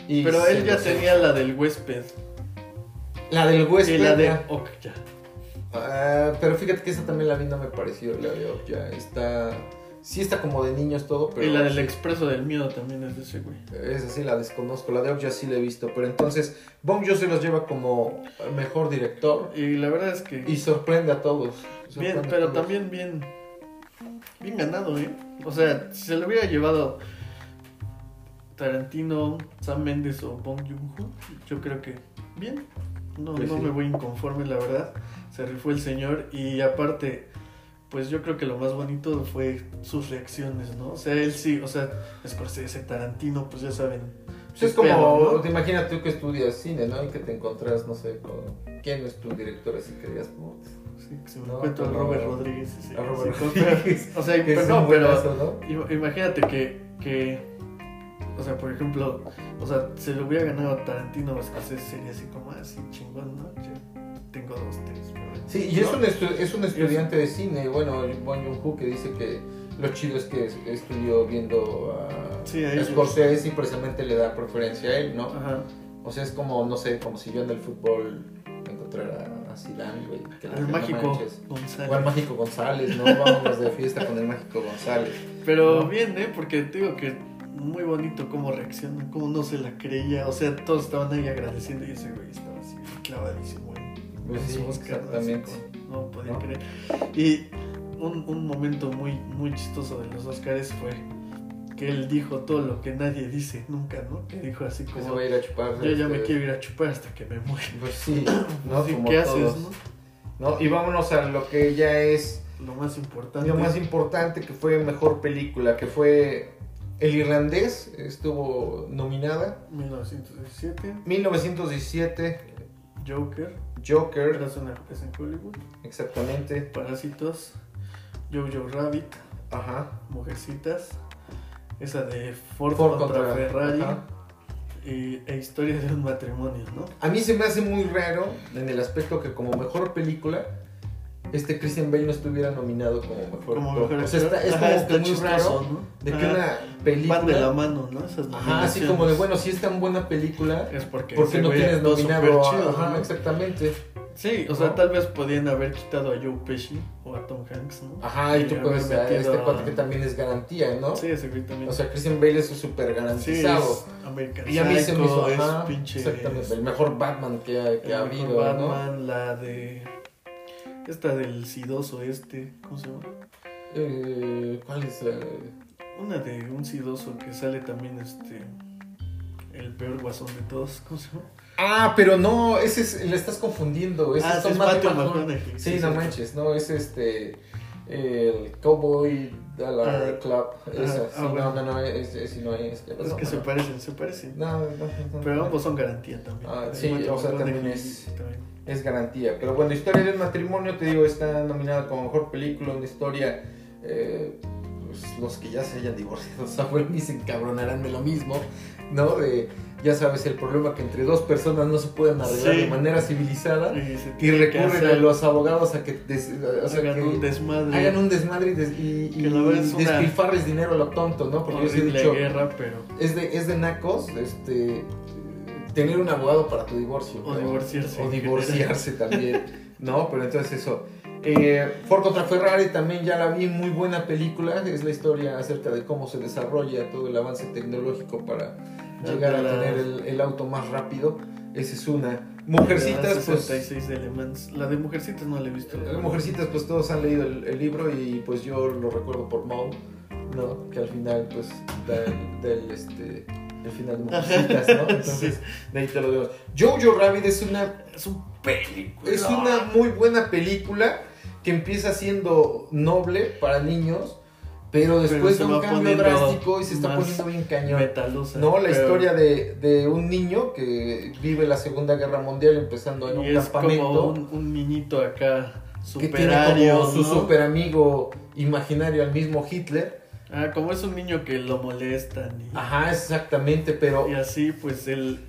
A: y
B: Pero él
A: se
B: ya
A: nos-
B: tenía la del huésped
A: La del huésped.
B: y la de
A: ya.
B: Okja.
A: Ah, pero fíjate que esa también la vi no me pareció, la veo ya está... Sí está como de niños todo, pero...
B: Y la del expreso del miedo también es de ese güey.
A: Esa sí la desconozco, la de Okja sí la he visto, pero entonces Bong Joon se los lleva como mejor director
B: Y la verdad es que...
A: y sorprende a todos.
B: Bien,
A: sorprende a
B: pero
A: todos.
B: también bien. Bien ganado, ¿eh? O sea, si se lo hubiera llevado Tarantino, Sam Mendes o Bong Joon-ho, yo creo que bien. No,
A: Pues
B: no
A: sí.
B: me voy inconforme, la verdad. Se rifó el señor y aparte, pues yo creo que lo más bonito fue sus reacciones, ¿no? O sea, él sí, o sea, Scorsese, Tarantino, pues ya saben.
A: Pues es
B: sus
A: como,
B: pedos, ¿no?
A: te imaginas tú que estudias cine, ¿no? Y que te encontrás, no sé, con... ¿Quién es tu director? Así que digas, "Putz,
B: Sí, que se me
A: No,
B: encuentro a
A: como-
B: Robert Rodríguez. sí,
A: a Robert
B: *laughs* sí,
A: Rodríguez,
B: O
A: *laughs*
B: sea,
A: que
B: pero
A: es
B: no,
A: un
B: pero
A: buenazo, ¿no?
B: Ima- Imagínate que, que, o sea, por ejemplo, o sea, se lo "Ah, hubiera ganado Tarantino o Scorsese, sería así como así chingón, ¿no? Yo tengo dos, tres, pero
A: Sí, y es, un estu- es un estudiante de cine, bueno, el Bong Joon-ho, que dice que lo chido es que es- estudió viendo a
B: Sí, a ellos.
A: Scorsese y precisamente le da preferencia a él, ¿no?
B: Ajá.
A: O sea, es como, no sé, como si yo en el fútbol encontrara a Zidane, güey. que le
B: Al
A: dije, No
B: mágico
A: manches.
B: González.
A: o al Mágico González, ¿no? Vámonos de fiesta con el Mágico González.
B: Pero
A: No.
B: bien, ¿eh? Porque te digo que muy bonito cómo reaccionan, cómo no se la creía. O sea, todos estaban ahí agradeciendo y ese güey estaba así clavadísimo en
A: Pues
B: en
A: sí,
B: su Oscar, ¿no?
A: exactamente.
B: Así como, No podía
A: ¿No?
B: creer. Y un, un momento muy, muy chistoso de los Oscars fue que él dijo todo lo que nadie dice nunca, ¿no? Que dijo así
A: Que se
B: como,
A: va a ir a chupar.
B: yo ya
A: este,
B: me quiero ir a chupar hasta que me muera.
A: Pues sí, ¿no?
B: Así,
A: Como
B: ¿Qué
A: todos.
B: haces, no?
A: ¿no? Y vámonos a lo que ya es
B: Lo más importante.
A: Lo más importante que fue mejor película, que fue El Irlandés, estuvo nominada.
B: 1917,
A: 1917,
B: Joker,
A: Joker,
B: Eras una vez en Hollywood.
A: exactamente.
B: Parásitos, Jojo Rabbit,
A: Ajá.
B: Mujercitas, esa de Ford,
A: Ford
B: contra,
A: contra-
B: Ferrari
A: ajá.
B: y, e historia de un matrimonio, ¿no?
A: A mí se me hace muy raro en el aspecto que como mejor película este Christian Bale no estuviera nominado como mejor.
B: Como
A: actor.
B: mejor
A: O sea, está, es
B: actor.
A: como
B: Ajá,
A: que
B: está
A: muy
B: chistoso,
A: raro
B: ¿no?
A: de que
B: Ajá.
A: una
B: Van de la
A: película...
B: mano, ¿no? Esas
A: Ajá, así como de,
B: nominaciones.
A: bueno, si es tan buena película,
B: Es porque
A: ¿por
B: ese
A: qué no
B: güey
A: tienes
B: actuó
A: nominado a...
B: superchido, ¿no?
A: Ajá, exactamente.
B: Sí, o
A: ¿no?
B: sea, tal vez podían haber quitado a Joe Pesci o a Tom Hanks, ¿no?
A: Ajá, y tú
B: haber
A: puedes a
B: metido
A: este
B: a-
A: cuate que también es garantía, ¿no?
B: Sí, ese güey también.
A: O sea, Christian Bale es súper
B: sí,
A: garantizado.
B: es American
A: y a mí se me hizo
B: Psycho, es
A: ajá,
B: pinche...
A: exactamente, el mejor Batman que ha, que ha
B: El mejor
A: habido, ¿no?
B: Batman, la de. Esta del sidoso este. ¿Cómo se llama?
A: Eh, ¿Cuál es? eh?
B: Una de un sidoso que sale también este. El peor guasón de todos. *laughs* ¿Cómo se llama?
A: Ah, pero no, ese es, le estás confundiendo. Ese
B: Ah,
A: Pues es
B: sí,
A: Tom
B: es
A: Matthew
B: Matthew
A: McConaughey.
B: McConaughey,
A: Sí,
B: sí,
A: no
B: sí.
A: manches, no, es este. El Cowboy Dollar
B: Ah,
A: Club. Esa,
B: ah,
A: sí,
B: ah,
A: no,
B: bueno.
A: no, no, es, es- no es.
B: es
A: no,
B: que se
A: no.
B: parecen, se parecen.
A: No, no, no, no.
B: Pero ambos son garantía también.
A: Ah,
B: El
A: sí,
B: Matthew
A: o sea, también
B: McConaughey
A: es-
B: también.
A: es garantía. Pero bueno, Historia de un matrimonio, te digo, está nominada como mejor película, una historia. eh, pues, los que ya se hayan divorciado *laughs* saben y se encabronarán de lo mismo, ¿no? De, ya sabes, el problema que entre dos personas no se pueden arreglar
B: Sí.
A: de manera civilizada
B: Y, se
A: y
B: tiene que
A: recurren
B: hacer-
A: a los abogados a que, des- o sea,
B: hagan
A: que
B: un desmadre.
A: hagan un desmadre y, des- y, y
B: Que la verdad es una-
A: despilfarres dinero a lo tonto, ¿no? Porque yo sí he
B: horrible
A: dicho,
B: guerra, pero.
A: es de, es de nacos este, tener un abogado para tu divorcio.
B: O
A: ¿no?
B: divorciarse
A: O
B: en *laughs*
A: divorciarse también. No, pero entonces eso. Eh, Ford contra Ferrari también ya la vi, muy buena película. Es la historia acerca de cómo se desarrolla todo el avance tecnológico para llegar a
B: La-
A: tener el, el auto más rápido. Esa es una.
B: la
A: Mujercitas, pues.
B: 66 de Le Mans. La de Mujercitas no la he visto.
A: eh, Mujercitas, pues todos han leído el, el libro y pues yo lo recuerdo por Mau, ¿no? Que al final, pues, da el, del, este, el final de Mujercitas, ¿no? Entonces, de ahí te lo vemos. Jojo Rabbit es una
B: Es un película.
A: es una muy buena película que empieza siendo noble para niños, pero después
B: se
A: da un
B: va
A: cambio
B: poniendo
A: drástico y se está
B: más
A: poniendo bien cañón.
B: metalosa.
A: No, la
B: pero-
A: historia de, de un niño que vive la Segunda Guerra Mundial empezando en
B: Y
A: un
B: es como
A: campamento
B: un, un niñito acá
A: que tiene
B: superario.
A: como su
B: ¿no?
A: super amigo imaginario al mismo Hitler.
B: Ah, como es un niño que lo molestan. Y,
A: Ajá, exactamente, pero
B: y así, pues él.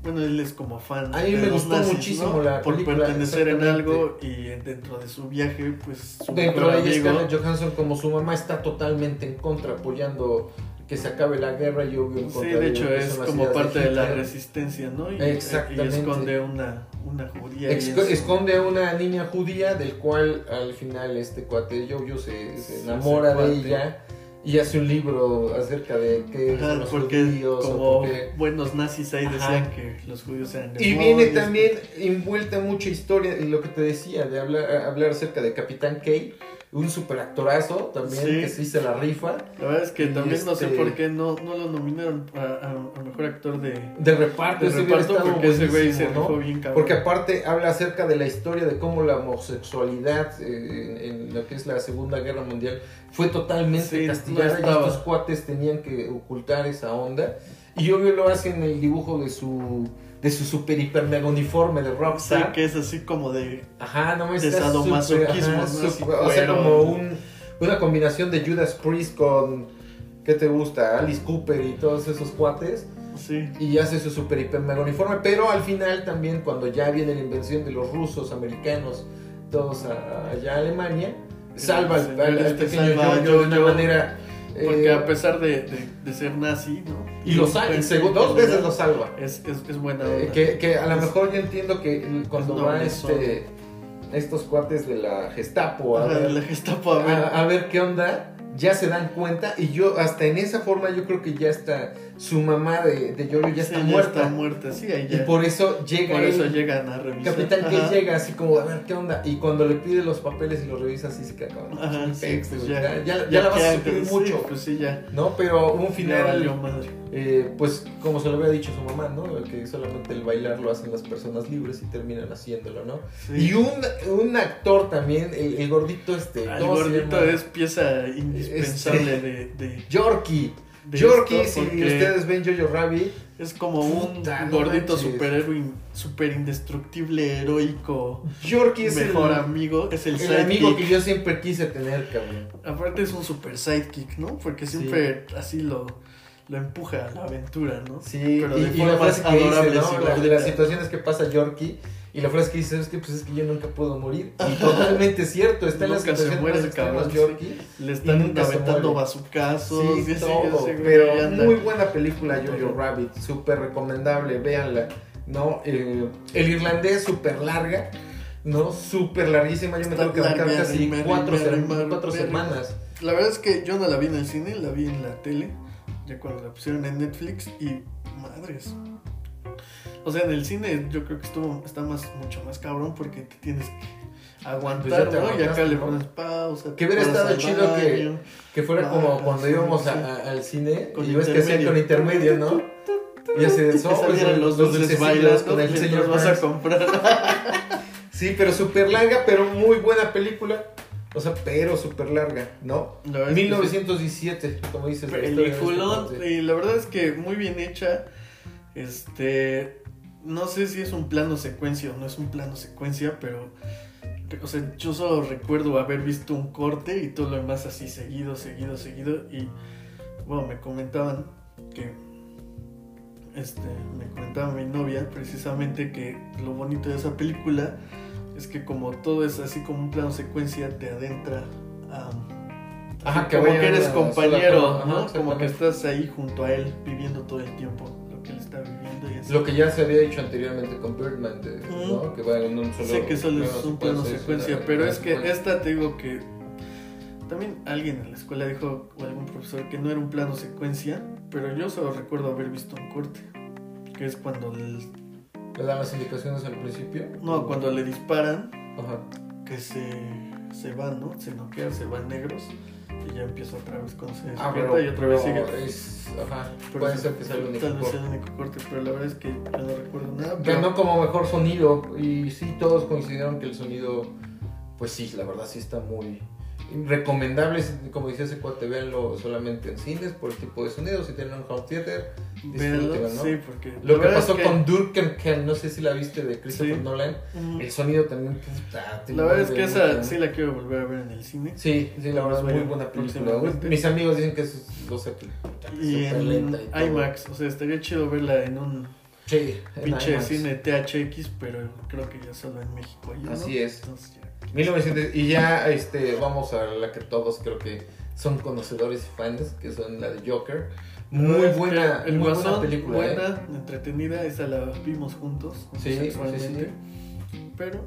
B: Bueno, él es como fan.
A: A mí
B: de
A: me
B: los
A: gustó muchísimo la
B: Por
A: película,
B: pertenecer en
A: exactamente.
B: algo y dentro de su viaje, pues. Su
A: Dentro de
B: mejor
A: ella
B: amigo-
A: Scarlett Johansson como su mamá está totalmente en contra apoyando que se acabe la guerra y obvio en
B: Sí,
A: contra
B: de
A: lo
B: hecho
A: que
B: es
A: son las
B: como
A: ideas
B: parte de, la
A: Hitler.
B: resistencia, ¿no? Y,
A: Exactamente.
B: y esconde una, una judía. y
A: Exco-
B: en su-
A: esconde a una niña judía del cual al final este cuate Jojo se, se enamora
B: Ese
A: de
B: cuate.
A: ella y hace un libro acerca de qué
B: Ajá,
A: son los
B: porque
A: judíos o
B: como
A: por qué.
B: buenos nazis ahí
A: Ajá.
B: decían que los judíos eran
A: Y
B: demonios.
A: viene también envuelta mucha historia y lo que te decía de hablar, hablar acerca de Capitán K, un superactorazo también
B: Sí.
A: que se hizo la rifa
B: La verdad es que
A: y
B: también no sé
A: este-
B: por qué no, no lo nominaron a, a- a mejor actor de, de
A: de reparto, ese hubiera
B: reparto
A: estado
B: porque ese güey se
A: buenísimo, ¿no?
B: rifó bien cabrón.
A: Porque aparte habla acerca de la historia de cómo la homosexualidad eh, en, en lo que es la Segunda Guerra Mundial fue totalmente
B: Sí, no
A: castigada y
B: estaba.
A: estos cuates tenían que ocultar esa onda. Y obvio lo hacen en el dibujo de su de su super hiper mega uniforme de
B: Sí,
A: Rockstar.
B: que es así como de...
A: Ajá, no me
B: de
A: estás
B: sadomasoquismo,
A: ajá,
B: ¿no?
A: súper-
B: Así,
A: o sea,
B: cuero.
A: como un- una combinación de Judas Priest con ¿qué te gusta? Alice Cooper y todos esos cuates
B: Sí,
A: y hace su super hiper mega uniforme, pero al final también cuando ya viene la invención de los rusos, americanos conflictos a- allá a Alemania, salva al,
B: señor
A: al- al
B: este
A: pequeño
B: salva
A: Jojo
B: a
A: de una
B: Jojo.
A: manera... eh,
B: Porque a pesar de, de- de ser nazi, ¿no? Pues,
A: y lo salva, en segu- dos veces lo salva.
B: Es, es, es buena
A: Eh,
B: onda.
A: que, que a lo mejor yo entiendo que cuando
B: una
A: va
B: persona.
A: este, estos cuates de la Gestapo a
B: Ajá,
A: ver,
B: la Gestapo, a ver.
A: a- a ver qué onda, ya se dan cuenta y yo hasta en esa forma yo creo que ya está, su mamá de, de Yoyo ah, ya
B: Sí,
A: está muerta
B: está muerta, sí, ahí
A: y
B: ya.
A: por eso llega
B: Por
A: él,
B: eso llegan a revisar.
A: Capitán que
B: Ajá.
A: llega así como a ver qué onda y cuando le pide los papeles y los revisa así se queda cabrón.
B: Ajá, sí,
A: Texto,
B: pues
A: güey,
B: ya.
A: ya, ya- ya la vas a
B: queda-
A: sufrir
B: sí,
A: mucho,
B: Pues sí, ya.
A: ¿no? Pero un
B: Final.
A: final...
B: madre.
A: Eh, pues como se lo había dicho su mamá, ¿no? Que solamente el bailar lo hacen las personas libres y terminan haciéndolo, ¿no?
B: Sí.
A: Y un, un actor también, el, el gordito este.
B: Al
A: ¿cómo se
B: Ah, gordito
A: llama?
B: es pieza
A: este,
B: indispensable de, de,
A: Yorkie.
B: de
A: Yorkie,
B: esto,
A: si
B: porque
A: ustedes ven Jojo Rabbit,
B: Es como un
A: Puta, no
B: gordito
A: manches.
B: superhéroe, in- super indestructible, heroico,
A: Yorkie es el,
B: mejor amigo. Es el,
A: el
B: sidekick.
A: amigo que yo siempre quise tener, cabrón.
B: Aparte es un super sidekick, ¿no? Porque
A: Sí.
B: siempre así lo, lo empuja a la aventura, ¿no?
A: Sí,
B: Pero
A: y,
B: de
A: y la
B: formas
A: frase que dice,
B: adorables
A: ¿no?
B: y
A: La- de
B: gorditas.
A: las situaciones que pasa Yorkie. Y la frase que dice, es que pues es que yo nunca puedo morir.
B: *laughs*
A: Y totalmente cierto, está en las
B: Nunca se
A: situaciones
B: muere
A: más
B: el
A: extremas
B: cabrón,
A: Yorkie.
B: Le están
A: nunca se
B: aventando
A: muere.
B: bazucazos.
A: Sí,
B: y así,
A: todo,
B: así, güey, y
A: pero
B: anda.
A: muy buena película Jojo
B: Todo.
A: Rabbit, súper recomendable, véanla, ¿no? Eh, el irlandés súper larga, ¿no? Súper larguísima, yo me
B: Está
A: tengo que bancar
B: larga,
A: casi
B: Mary,
A: cuatro,
B: Mary,
A: sem-
B: Mary,
A: cuatro
B: Mary.
A: semanas.
B: La verdad es que yo no la vi en el cine, la vi en la tele, ya cuando la pusieron en Netflix y madres. O sea, en el cine yo creo que estuvo, está más, mucho más cabrón porque te tienes que aguantar,
A: Pues ya te
B: ¿no? Y acá
A: aguantaste,
B: le
A: ¿no?
B: pones pausa.
A: Que hubiera
B: te paras
A: estado
B: al
A: chido que-
B: baño.
A: Que fuera
B: Ah,
A: como cuando
B: sí,
A: íbamos a-
B: sí.
A: a- al cine
B: Con
A: y ves que hacían
B: intermedio.
A: con intermedio, ¿no? Y así de "Oh,
B: Que
A: sobres,
B: salieran los dulces
A: dulcecillos
B: bailando
A: con el
B: mientras
A: señor
B: vas
A: Burns. *laughs*
B: a comprar.
A: Sí, pero súper larga, pero muy buena película. O sea, pero súper larga, ¿no?
B: La verdad es que sí.
A: 1917, como dices. la historia de este cuate.
B: Peliculón, y la verdad es que muy bien hecha. Este. No sé si es un plano secuencia o no es un plano secuencia, pero. O sea, yo solo recuerdo haber visto un corte y todo lo demás así seguido, seguido, seguido. Y. Bueno, me comentaban que. Este. Me comentaba mi novia precisamente que lo bonito de esa película es que, como todo es así como un plano secuencia, te adentra a
A: Ajá,
B: como
A: vayan
B: que eres
A: a-
B: compañero,
A: ajá,
B: ¿no? Como que
A: exactamente.
B: estás ahí junto a él, viviendo todo el tiempo lo que él está viviendo y así.
A: Lo que ya se había hecho anteriormente con Birdman, de-
B: Ujú.
A: ¿no? Que va en un solo...
B: sé que solo es
A: plano
B: un plano
A: secuencia,
B: secuencia,
A: una-
B: pero
A: una
B: es que
A: secuencia.
B: esta te digo que también alguien en la escuela dijo, o algún profesor, que no era un plano secuencia, pero yo solo recuerdo haber visto un corte, que es cuando, el-
A: ¿Le dan las indicaciones al principio?
B: no, cuando le disparan,
A: Ajá.
B: que se, se van, ¿no? Se noquean, se van negros, y ya empieza otra vez cuando se despierta
A: Ah, pero...
B: y otra vez sigue.
A: pero es- Ajá,
B: Por
A: puede
B: eso,
A: ser que sea el único.
B: Tal vez sea
A: corte.
B: el único corte, pero la verdad es que yo no recuerdo nada. pero-
A: Ganó como mejor sonido y sí, todos coincidieron que el sonido, pues sí, la verdad sí está muy recomendable. es- Como decía ese cuate, véanlo solamente en cines por el tipo de sonido. Si tienen un home theater,
B: Verlo,
A: disfrútenlo, ¿no?
B: sí, porque
A: Lo
B: la
A: que
B: verdad es
A: pasó
B: que-
A: con Durkheim, no sé si la viste de Christopher
B: Sí.
A: Nolan.
B: Ujú.
A: El sonido también, ah, puta, te
B: mm, La verdad es
A: mueve
B: que esa
A: mucho.
B: sí la quiero volver a ver en el cine.
A: Sí, sí, la verdad es
B: Pues,
A: muy
B: bueno,
A: buena película.
B: próximamente.
A: Mis amigos dicen que es lo sé que puta, que
B: Y
A: súper
B: en
A: lenta y todo.
B: IMAX, o sea, estaría chido verla en un
A: Sí, en
B: pinche
A: IMAX.
B: cine THX, pero creo que ya solo en México. ya, ¿no?
A: Así es.
B: Entonces, ya.
A: 1900 y ya este vamos a la que todos creo que son conocedores y fans, que son la de Joker. Muy
B: Este,
A: buena,
B: el
A: muy buena
B: Guasón,
A: película. ¿eh?
B: Buena, entretenida, esa la vimos juntos.
A: Sí, sí,
B: sexualmente, Pero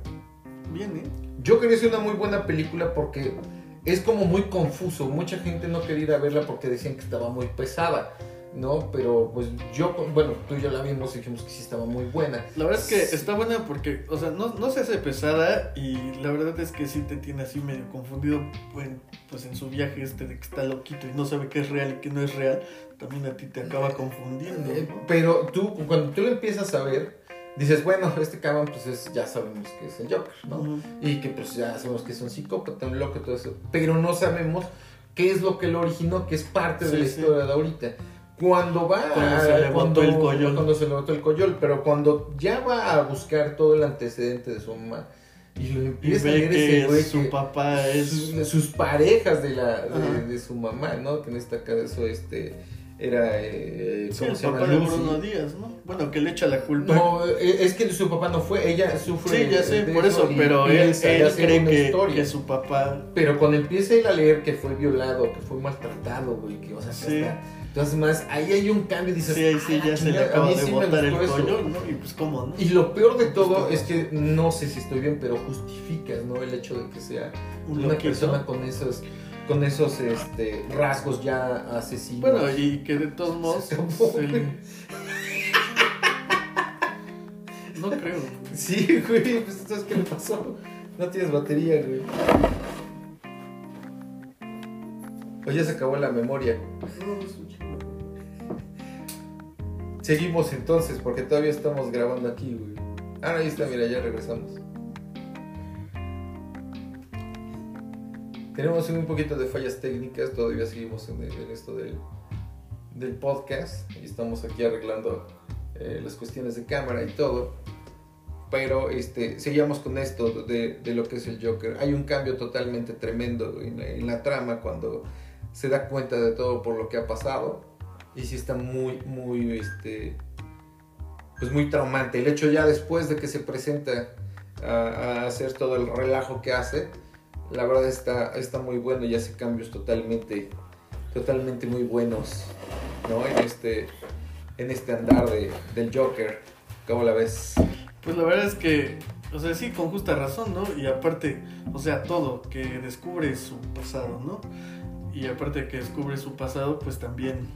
B: viene.
A: Joker es una muy buena película porque es como muy confuso. Mucha gente no quería ir a verla porque decían que estaba muy pesada, ¿no? Pero pues yo, bueno, tú y yo la vimos y dijimos que sí estaba muy buena.
B: La verdad es que está buena porque, o sea, no, no se hace pesada y la verdad es que sí te tiene así medio confundido, pues, pues en su viaje este de que está loquito y no sabe qué es real y qué no es real, también a ti te acaba confundiendo.
A: Eh,
B: ¿no?
A: Pero tú, cuando tú lo empiezas a ver, dices, bueno, este cabrón pues es- ya sabemos que es el Joker, ¿no?
B: Ujú.
A: y que pues ya sabemos que es un psicópata, un loco, todo eso, pero no sabemos qué es lo que lo originó, que es parte de
B: Sí,
A: la
B: sí.
A: historia de ahorita. Cuando va
B: Cuando se le botó el coyol.
A: cuando se le botó el coyol, pero cuando ya va a buscar todo el antecedente de su mamá y lo
B: Y
A: empieza a
B: ve
A: leer ese
B: que
A: güey
B: su
A: que-
B: papá es...
A: sus, sus parejas de la de,
B: Ajá.
A: de su mamá, ¿no? Que en este caso este era, eh,
B: Sí,
A: ¿cómo
B: el
A: se llama?
B: papá de
A: Lucy.
B: Bruno Díaz, ¿no? Bueno, que le echa la culpa.
A: No, eh, es que su papá no fue, ella sufre.
B: sí, ya sé,
A: de
B: por eso,
A: y
B: pero él,
A: piensa y
B: él
A: hace
B: cree
A: una
B: que,
A: historia.
B: que su papá...
A: Pero cuando empieza él a leer que fue violado, que fue maltratado, güey, que, o sea, que
B: Sí.
A: hasta- entonces más, ahí hay un cambio, dices,
B: sí, ahí sí,
A: "Ah,
B: ya se le
A: chingada, a
B: acaba
A: mí
B: de
A: sí me
B: botar el
A: gustó eso".
B: pollo, ¿no? Y pues, ¿cómo, no?
A: Y lo peor de todo es que, no sé si estoy bien, pero justificas, ¿no? El hecho de que sea
B: Un
A: una
B: loquito.
A: persona con esos, con esos este, rasgos ya asesinos.
B: Bueno, y que de todos modos...
A: Se acabó.
B: se le- *laughs* No creo.
A: Sí, *laughs* güey, pues ¿sabes qué le pasó? No tienes batería, güey. Oye, se acabó la memoria. Seguimos entonces, porque todavía estamos grabando aquí, güey. Ah, no, ahí está, mira, ya regresamos. Tenemos un poquito de fallas técnicas, todavía seguimos en, en esto del, del podcast y estamos aquí arreglando eh, las cuestiones de cámara y todo. Pero este, seguíamos con esto de, de lo que es el Joker. Hay un cambio totalmente tremendo en la, en la trama cuando se da cuenta de todo por lo que ha pasado. Y sí está muy, muy, este, pues muy traumante. El hecho ya después de que se presenta a, a hacer todo el relajo que hace, la verdad está, está muy bueno y hace cambios totalmente, totalmente muy buenos, ¿no? En este, en este andar de, del Joker. ¿Cómo la ves?
B: Pues la verdad es que, o sea, sí, con justa razón, ¿no? Y aparte, o sea, todo, que descubre su pasado, ¿no? Y aparte de que descubre su pasado, pues también,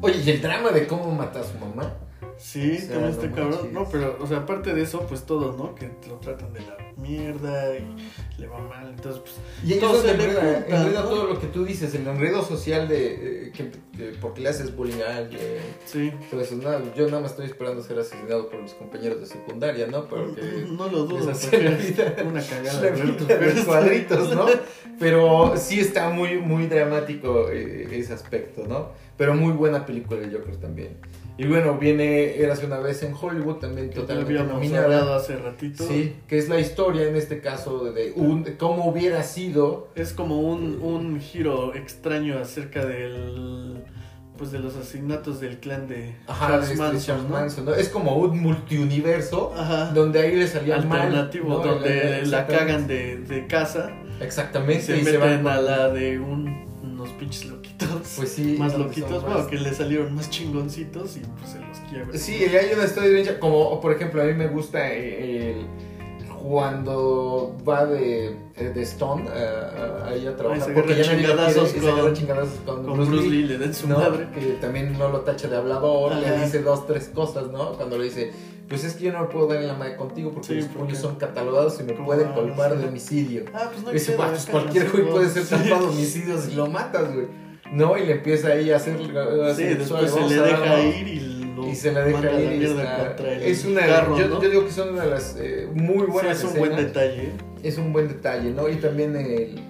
A: Oye, y el drama de cómo mata a su mamá.
B: sí,
A: O sea,
B: también este
A: no
B: cabrón,
A: manches.
B: ¿no? Pero, o sea, aparte de eso, pues todo, ¿no? Que lo tratan de la mierda y le va mal, entonces, pues,
A: Y
B: Todo
A: eso
B: se
A: te
B: le
A: enreda,
B: junta,
A: enreda
B: ¿no?
A: todo lo que tú dices, el enredo social de eh, que, que porque le haces bullying a alguien.
B: sí.
A: Todo eso, no, yo nada más estoy esperando ser asesinado por mis compañeros de secundaria, ¿no? Pero
B: *laughs*
A: que
B: No lo dudo,
A: les
B: porque
A: hacen la vida-
B: es una cagada,
A: *laughs* la
B: Alberto,
A: vida
B: pero
A: de
B: sí.
A: cuadritos, ¿no? *laughs* Pero sí está muy, muy dramático eh, ese aspecto, ¿no? Pero muy buena película de Joker también. Y bueno, viene Érase una vez en Hollywood también
B: Que ya
A: totalmente
B: habíamos
A: nominada.
B: hablado hace ratito.
A: Sí, que es la historia en este caso de un- de cómo hubiera sido.
B: Es como un, un giro extraño acerca del pues de los asesinatos del clan de
A: Ajá,
B: Charles
A: de este
B: Manson,
A: Charles
B: ¿no?
A: Manson, ¿no? Es como un multiuniverso
B: Ajá.
A: donde ahí le salía
B: alternativo
A: mal. ¿no?
B: donde la
A: Exactamente.
B: cagan de, de casa y
A: Exactamente.
B: se
A: y se
B: meten
A: van
B: a
A: con-
B: la de un- unos pinches loquitos.
A: Pues sí,
B: *laughs* más
A: donde
B: loquitos,
A: son
B: bueno,
A: más-
B: que le salieron más chingoncitos y pues se los quiebran.
A: Sí, y hay una historia bien hecha, como por ejemplo a mí me gusta el, cuando va de, eh, de Stone a- a- ahí a
B: Ah, y se
A: trabajar
B: agarra
A: porque ya nadie lo quiere,
B: chingadazos
A: y se agarra
B: con-
A: chingadazos con,
B: Con Bruce Lee le den su
A: ¿no?
B: madre.
A: Que también no lo tacha de hablador,
B: Ajá.
A: le dice dos, tres cosas, ¿no? Cuando le dice, pues es que yo no me puedo dar en la madre contigo porque
B: Sí,
A: mis
B: porque-
A: puños son catalogados y me
B: Como
A: pueden
B: a-
A: culpar de homicidio.
B: Ah, pues no
A: Y
B: hay
A: dice,
B: pedo,
A: "Bah, pues
B: acá
A: cualquier
B: las
A: güey
B: hago".
A: puede ser
B: Sí.
A: tapado de homicidio si lo matas, güey. No, y le empieza ahí a hacer... a
B: Sí,
A: hacer
B: después
A: sexual,
B: se
A: vamos
B: le
A: a dar,
B: deja
A: ¿no?
B: ir y lo
A: y se la deja
B: manda a
A: ir
B: la
A: y
B: mierda
A: está-
B: contra el
A: es una
B: carro,
A: yo,
B: ¿no?
A: yo digo que son una de las eh, muy
B: Sí,
A: buenas
B: es un buen
A: escenas.
B: detalle. ¿eh?
A: es un buen detalle no y también el,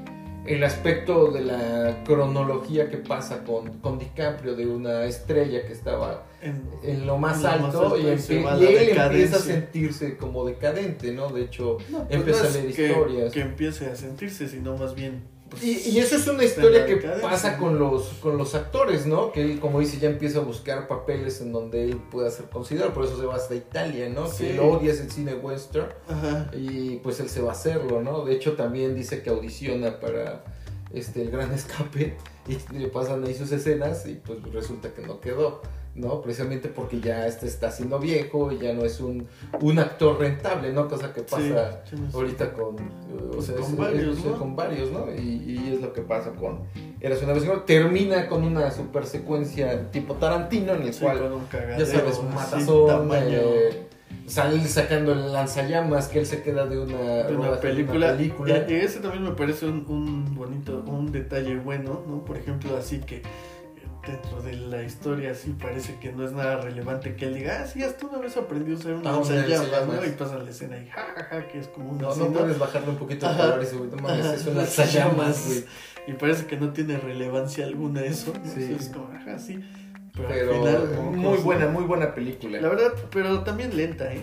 A: el aspecto de la cronología que pasa con, con DiCaprio de una estrella que estaba
B: En-
A: en lo más,
B: En lo más
A: alto,
B: alto
A: y,
B: y se
A: empie-
B: va
A: y
B: la
A: él empieza
B: decadencia.
A: a sentirse como decadente no de hecho
B: No, pues
A: empezó
B: no
A: a
B: es
A: leer
B: que-
A: historias.
B: Que empiece a sentirse, sino más bien. pues,
A: y, y eso es una historia que
B: decadencia.
A: pasa con los con los actores no que él como dice ya empieza a buscar papeles en donde él pueda ser considerado por eso se va hasta Italia no
B: Sí.
A: que él odia el cine western
B: Ajá.
A: y pues él se va a hacerlo, ¿no? De hecho también dice que audiciona para este el gran *laughs* escape y le pasan ahí sus escenas y pues resulta que no quedó, ¿no? Precisamente porque ya este está siendo viejo y ya no es un, un actor rentable, ¿no? Cosa que pasa
B: sí, sí, no sé.
A: ahorita con, eh,
B: Pues con
A: es- es-
B: varios,
A: es-
B: ¿no?
A: con varios, ¿no? Y, y es lo que pasa con Eras una vez en Hollywood. termina con una super secuencia tipo Tarantino en el
B: Sí,
A: cual
B: con un
A: ya
B: cagadero
A: sabes,
B: así,
A: matazón,
B: tamaño.
A: eh, salir sacando el lanzallamas, que él se queda de una,
B: de
A: rueda-
B: una película.
A: una película.
B: Y- y ese también me parece un, un bonito, un detalle bueno, ¿no? Por ejemplo, así que eh, dentro de la historia sí parece que no es nada relevante que él diga, ah, sí, hasta una vez aprendí a usar un
A: Ah, un
B: lanzallamas,
A: lanzallamas.
B: ¿no? Y pasa la escena y jajaja, que es como un
A: no,
B: así,
A: no
B: ¿no?
A: puedes bajarle un poquito de
B: Ajá.
A: color ese güey, no mames,
B: Ajá,
A: es un
B: lanzallamas.
A: lanzallamas, güey.
B: Y parece que no tiene relevancia alguna eso, ¿no?
A: Sí.
B: Es como, ajá, sí. Pero,
A: Pero
B: al final, como
A: muy
B: cosa-
A: buena, muy buena
B: La
A: película.
B: verdad, pero también lenta, ¿eh?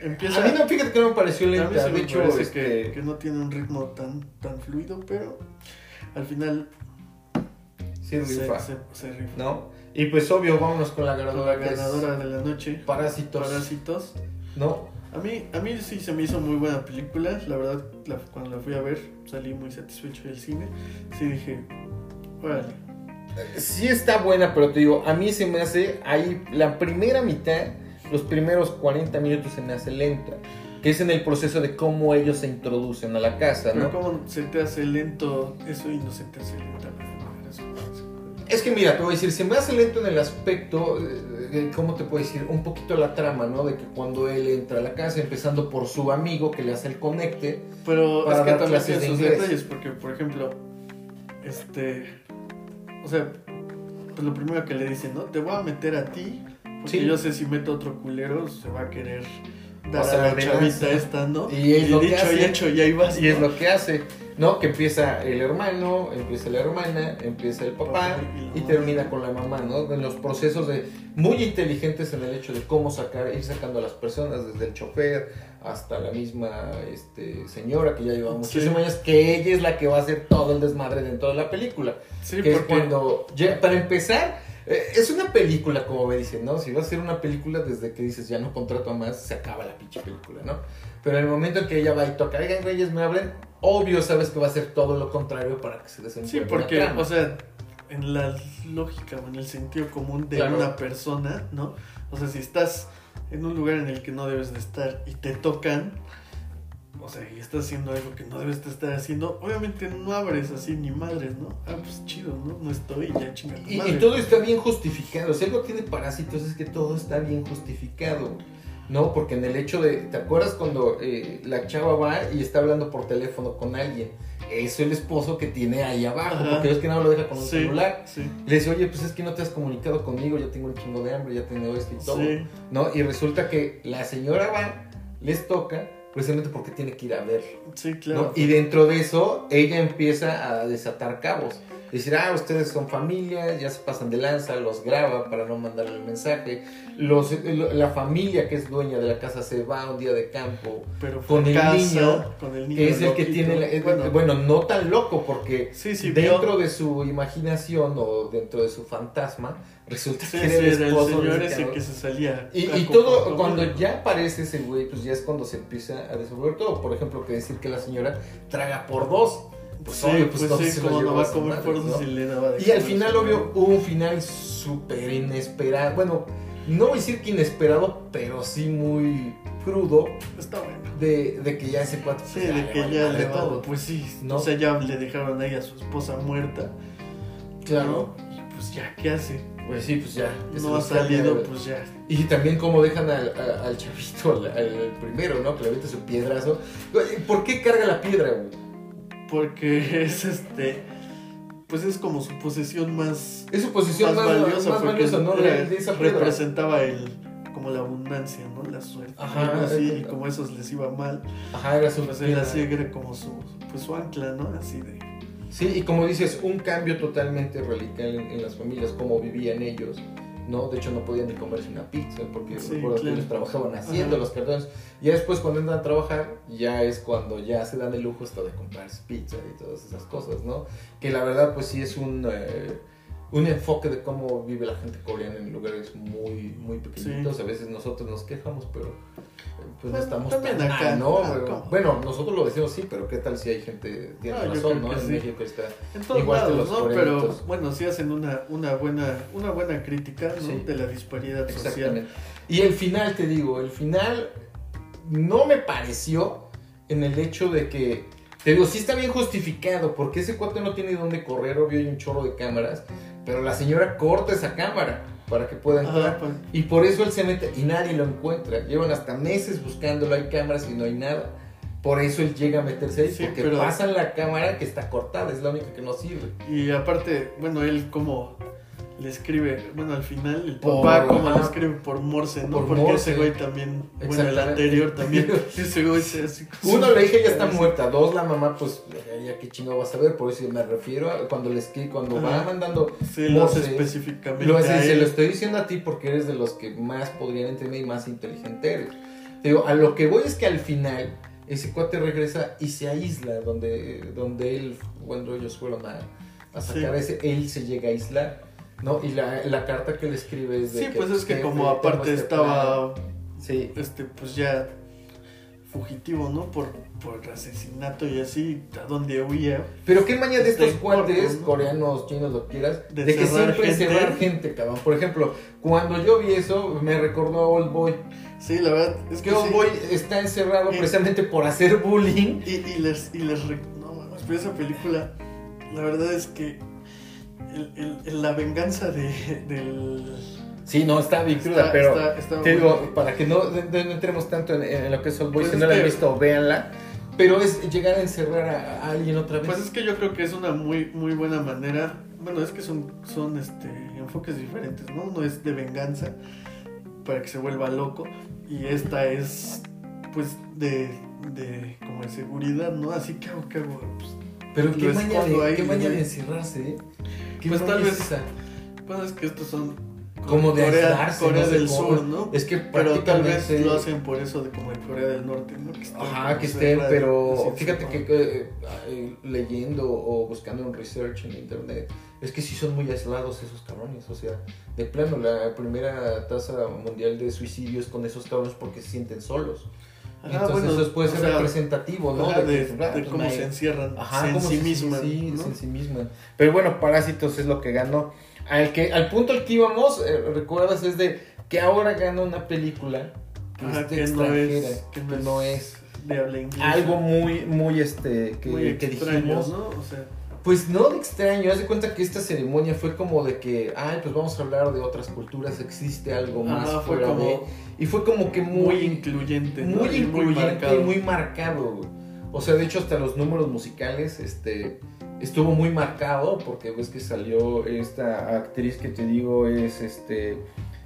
B: Empieza.
A: A mí no, fíjate que no me pareció
B: A mí
A: lenta,
B: se me
A: de hecho,
B: parece
A: este,
B: que, que no tiene un ritmo tan, tan fluido, pero al final
A: sí
B: se,
A: rifa,
B: se, se rifa.
A: ¿no? Y pues obvio, vámonos con la ganadora.
B: La
A: que es
B: ganadora de la noche,
A: Parásitos.
B: Parásitos.
A: ¿No?
B: A mí, a mí sí se me hizo muy buena película. La verdad, la- cuando la fui a ver, salí muy satisfecho del cine. Sí dije, órale.
A: Sí está buena, pero te digo, a mí se me hace ahí la primera mitad, los primeros 40 minutos se me hace lenta. Que es en el proceso de cómo ellos se introducen a la casa,
B: Pero
A: ¿no?
B: como se te hace lento eso y no se te hace lenta la eso.
A: Es que mira, te voy a decir, se me hace lento en el aspecto, eh, de- ¿cómo te puedo decir? Un poquito la trama, ¿no? De que cuando él entra a la casa, empezando por su amigo que le hace el conecte.
B: Pero
A: Para
B: es que
A: dar
B: también
A: clases
B: tiene
A: de
B: sus
A: inglés.
B: detalles, porque por ejemplo, este. O sea, pues lo primero que le dicen, ¿no? Te voy a meter a ti, porque
A: Sí.
B: yo sé si meto a otro culero, se va a querer dar
A: Pasar
B: a la
A: de
B: chavita
A: lanza.
B: esta, ¿no?
A: Y es lo que
B: dicho y
A: hace.
B: hecho, y ahí vas.
A: Y es
B: ¿no?
A: lo que hace, ¿no? Que empieza el hermano, empieza la hermana, empieza el papá y termina con la mamá, ¿no? En los procesos de muy inteligentes en el hecho de cómo sacar, ir sacando a las personas, desde el chofer hasta la misma este, señora que ya lleva muchísimos
B: Sí.
A: años, que ella es la que va a hacer todo el desmadre dentro de la película.
B: Sí,
A: que es
B: porque.
A: cuando, ya- para empezar, eh, es una película, como me dicen, ¿no? Si va a ser una película, desde que dices ya no contrato más, se acaba la pinche película, ¿no? Pero en el momento en que ella va y toca, oigan, güeyes, me hablen, obvio sabes que va a ser todo lo contrario para que se desenvuelva.
B: Sí,
A: la
B: porque,
A: trama.
B: o sea, en la lógica o en el sentido común de
A: Claro.
B: una persona, ¿no? O sea, si estás en un lugar en el que no debes de estar y te tocan, o sea, y estás haciendo algo que no debes de estar haciendo, obviamente no abres así ni madres, ¿no? Ah, pues chido, ¿no? No estoy, ya chinga tu
A: Y,
B: madre.
A: y todo está bien justificado. Si algo tiene parásitos es que todo está bien justificado. ¿No? Porque en el hecho de. ¿Te acuerdas cuando eh, la chava va y está hablando por teléfono con alguien? Es el esposo que tiene ahí abajo.
B: Ajá.
A: Porque es que no lo deja con el
B: Sí,
A: celular.
B: Sí,
A: Le dice, oye, pues es que no te has comunicado conmigo. Ya tengo un chingo de hambre, ya tengo esto y todo.
B: sí.
A: ¿No? Y resulta que la señora va, les toca, precisamente porque tiene que ir a verlo.
B: Sí,
A: ¿no?
B: claro.
A: Y dentro de eso, ella empieza a desatar cabos. Decir, ah, ustedes son familia, ya se pasan de lanza, los graba para no mandarle el mensaje. Los, lo- la familia que es dueña de la casa se va un día de campo,
B: Pero fue
A: con
B: a
A: el
B: casa,
A: niño,
B: con el niño
A: que es el que
B: loquito.
A: tiene... la- es- bueno,
B: bueno,
A: no tan loco, porque
B: sí, sí, vio.
A: dentro de su imaginación o dentro de su fantasma, resulta
B: Sí,
A: que
B: sí,
A: era el
B: era el
A: esposo de
B: señor
A: ese
B: ese
A: cabrón.
B: que se salía.
A: Y,
B: a
A: y todo,
B: comer.
A: cuando ya aparece ese güey, pues ya es cuando se empieza a desenvolver todo. Por ejemplo, que decir que la señora traga por dos. Pues
B: sí,
A: obvio,
B: pues,
A: pues, no
B: sí,
A: se lo
B: como no
A: llevó
B: va
A: a
B: a
A: su
B: comer
A: madre,
B: por eso
A: ¿no?
B: se le daba de
A: Y al
B: comer
A: final,
B: su
A: obvio,
B: madre.
A: hubo un final súper inesperado. Bueno, no voy a decir que inesperado, pero sí muy crudo.
B: Está bueno.
A: De, de que pues, ya ese cuatro.
B: Sí, de que ya le va- Pues sí,
A: ¿No?
B: o sea, ya le dejaron ahí a su esposa muerta.
A: Claro.
B: ¿no? Y pues ya, ¿qué hace?
A: Pues sí, pues ya. que se
B: No ha
A: los cambia
B: salido,
A: de-
B: pues ya.
A: Y también cómo dejan al, a- al chavito, al, al primero, ¿no? Que le avienta su piedrazo. Güey, ¿Por qué carga la piedra, güey?
B: Porque *laughs* es este. Pues es como su posesión más,
A: Es su posición más, más valiosa,
B: porque
A: ¿no?
B: era-
A: De, de esa piedra.
B: representaba el, como la abundancia, ¿no? La suerte.
A: Ajá,
B: algo así, y
A: eh,
B: como a esos les iba mal,
A: Ajá, era su
B: pues él
A: piedra.
B: así era como su, pues su ancla, ¿no? Así de.
A: Sí, y como dices, un cambio totalmente radical en, en las familias, cómo vivían ellos, ¿no? De hecho, no podían ni comerse una pizza, porque
B: Sí,
A: recuerdo
B: claro.
A: que ellos trabajaban haciendo
B: Ajá.
A: los cartones. Y después, cuando entran a trabajar, ya es cuando ya se dan el lujo hasta de comprarse pizza y todas esas cosas, ¿no? Que la verdad, pues sí es un... eh, un enfoque de cómo vive la gente coreana en lugares muy, muy pequeñitos. A veces nosotros nos quejamos, pero eh, pues
B: Bueno,
A: no estamos
B: también
A: tan
B: acá,
A: mal, ¿no?
B: ah,
A: Pero-
B: ¿cómo?
A: bueno, nosotros lo decimos sí, pero ¿qué tal si hay gente tiene
B: No, Ah, yo
A: razón,
B: creo
A: ¿no?
B: que
A: En
B: sí.
A: México está
B: En todos
A: Igual que
B: lados,
A: los
B: ¿no? Pero
A: coreanitos.
B: bueno, sí hacen una, una, buena, una buena crítica ¿no?
A: Sí.
B: de la disparidad social.
A: Exactamente. Y el final, te digo, el final no me pareció en el hecho de que. Te digo, sí está bien justificado, porque ese cuate no tiene dónde correr, obvio hay un chorro de cámaras, pero la señora corta esa cámara para que pueda entrar.
B: Ajá, pues,
A: Y por eso él se mete y nadie lo encuentra. Llevan hasta meses buscándolo, hay cámaras y no hay nada. Por eso él llega a meterse ahí,
B: Sí,
A: porque
B: pero-
A: pasan la cámara que está cortada, es la única que no sirve.
B: y aparte, bueno, él como le escribe, bueno, al final el
A: Por-
B: papá como le
A: ajá.
B: escribe por Morse, ¿no?
A: Por
B: Porque
A: Morse.
B: ese güey también, bueno, el
A: Exactamente. *laughs*
B: anterior también, *laughs* ese güey se así.
A: Uno, la hija ya está muerta. Dos, la mamá, pues, ya qué chingo vas a ver. Por eso me refiero a cuando les que cuando va
B: Ajá.
A: mandando.
B: Sí, lo hace
A: Morse.
B: específicamente.
A: Lo
B: a
A: hace, se
B: él.
A: lo estoy diciendo a ti porque eres de los que más podrían entender y más inteligente eres. Te digo, a lo que voy es que al final ese cuate regresa y se aísla donde, donde él, cuando ellos fueron a, a sacar
B: Sí.
A: ese, él se llega a aislar. No, y la, la carta que le escribe es de
B: Sí, pues es que
A: jefe,
B: como
A: tengo
B: aparte
A: este plan.
B: estaba,
A: Sí,
B: este, pues ya fugitivo, ¿no? Por, por asesinato y así, a donde huía.
A: pero qué maña de
B: Está
A: estos
B: en
A: cuates,
B: corto, Este, ¿no?
A: coreanos, chinos, lo que quieras, de,
B: De
A: que
B: cerrar
A: siempre
B: gente.
A: cerrar gente, cabrón. Por ejemplo, cuando yo vi eso, me recordó a Old Boy.
B: Sí, la verdad es
A: Es que
B: que
A: Old
B: sí.
A: Boy está encerrado
B: Sí.
A: precisamente por hacer bullying.
B: Y, y les, y les re- no, mames, pero esa película, la verdad es que el- el- el- la venganza de, del...
A: Sí, no, está bien cruda,
B: está-
A: pero...
B: está- está
A: Te
B: muy-
A: digo, para que no, no- no entremos tanto en, en lo que es Old Boy,
B: Pues
A: si
B: es
A: no la han
B: que-
A: visto, véanla. Pero es llegar a encerrar a, a alguien otra vez.
B: Pues es que yo creo que es una muy muy buena manera. Bueno, es que son, son este, enfoques diferentes, ¿no? Uno es de venganza para que se vuelva loco y esta es pues de, de como de seguridad, ¿no? Así que hago, ¿qué hago? Pues,
A: Pero qué
B: lo
A: maña,
B: escondo
A: de,
B: ahí,
A: qué maña
B: güey.
A: de encerrarse, ¿eh? ¿Qué
B: Pues
A: maña
B: tal
A: es
B: vez- *laughs*
A: esa?
B: pues es que estos son
A: Como de
B: Corea,
A: aislarse,
B: Corea
A: no sé
B: del
A: cómo.
B: Sur, ¿no?
A: Es que
B: Pero tal vez
A: prácticamente-
B: lo hacen por eso de como de Corea del Norte, ¿no? Que estén
A: Ajá,
B: como
A: que estén,
B: cerrados,
A: pero
B: así,
A: fíjate
B: como-
A: que, que, eh, leyendo o buscando un research en internet, es que sí son muy aislados esos cabrones, o sea, de plano, la primera tasa mundial de suicidios con esos cabrones porque se sienten solos.
B: Ajá,
A: Entonces
B: bueno,
A: eso puede
B: o
A: ser
B: sea,
A: representativo, ¿no?
B: ajá, de,
A: que, ah,
B: de
A: pues,
B: cómo
A: nadie-
B: se encierran
A: Ajá,
B: se en
A: cómo
B: sí
A: se-
B: mismas,
A: Sí,
B: ¿no?
A: se en sí misma. Pero bueno, Parásitos es lo que ganó. Al, que, al punto al que íbamos, eh, recuerdas, es de que ahora gana una película que,
B: Ajá,
A: esté
B: que no
A: extranjera,
B: es-
A: Este que no es
B: de habla inglesa.
A: algo muy, muy, este, que,
B: muy
A: que
B: extraño,
A: dijimos.
B: ¿no? O sea,
A: Pues no de extraño, haz de cuenta que esta ceremonia fue como de que, ay, pues vamos a hablar de otras culturas, existe algo más
B: ajá, Ah, fue
A: fuera
B: como
A: de... Y fue como que
B: muy,
A: muy,
B: incluyente, ¿no?
A: muy
B: Y
A: incluyente
B: marcado.
A: y muy marcado, güey. O sea, de hecho, hasta los números musicales, este, estuvo muy marcado, porque ves que salió esta actriz que te digo es, este,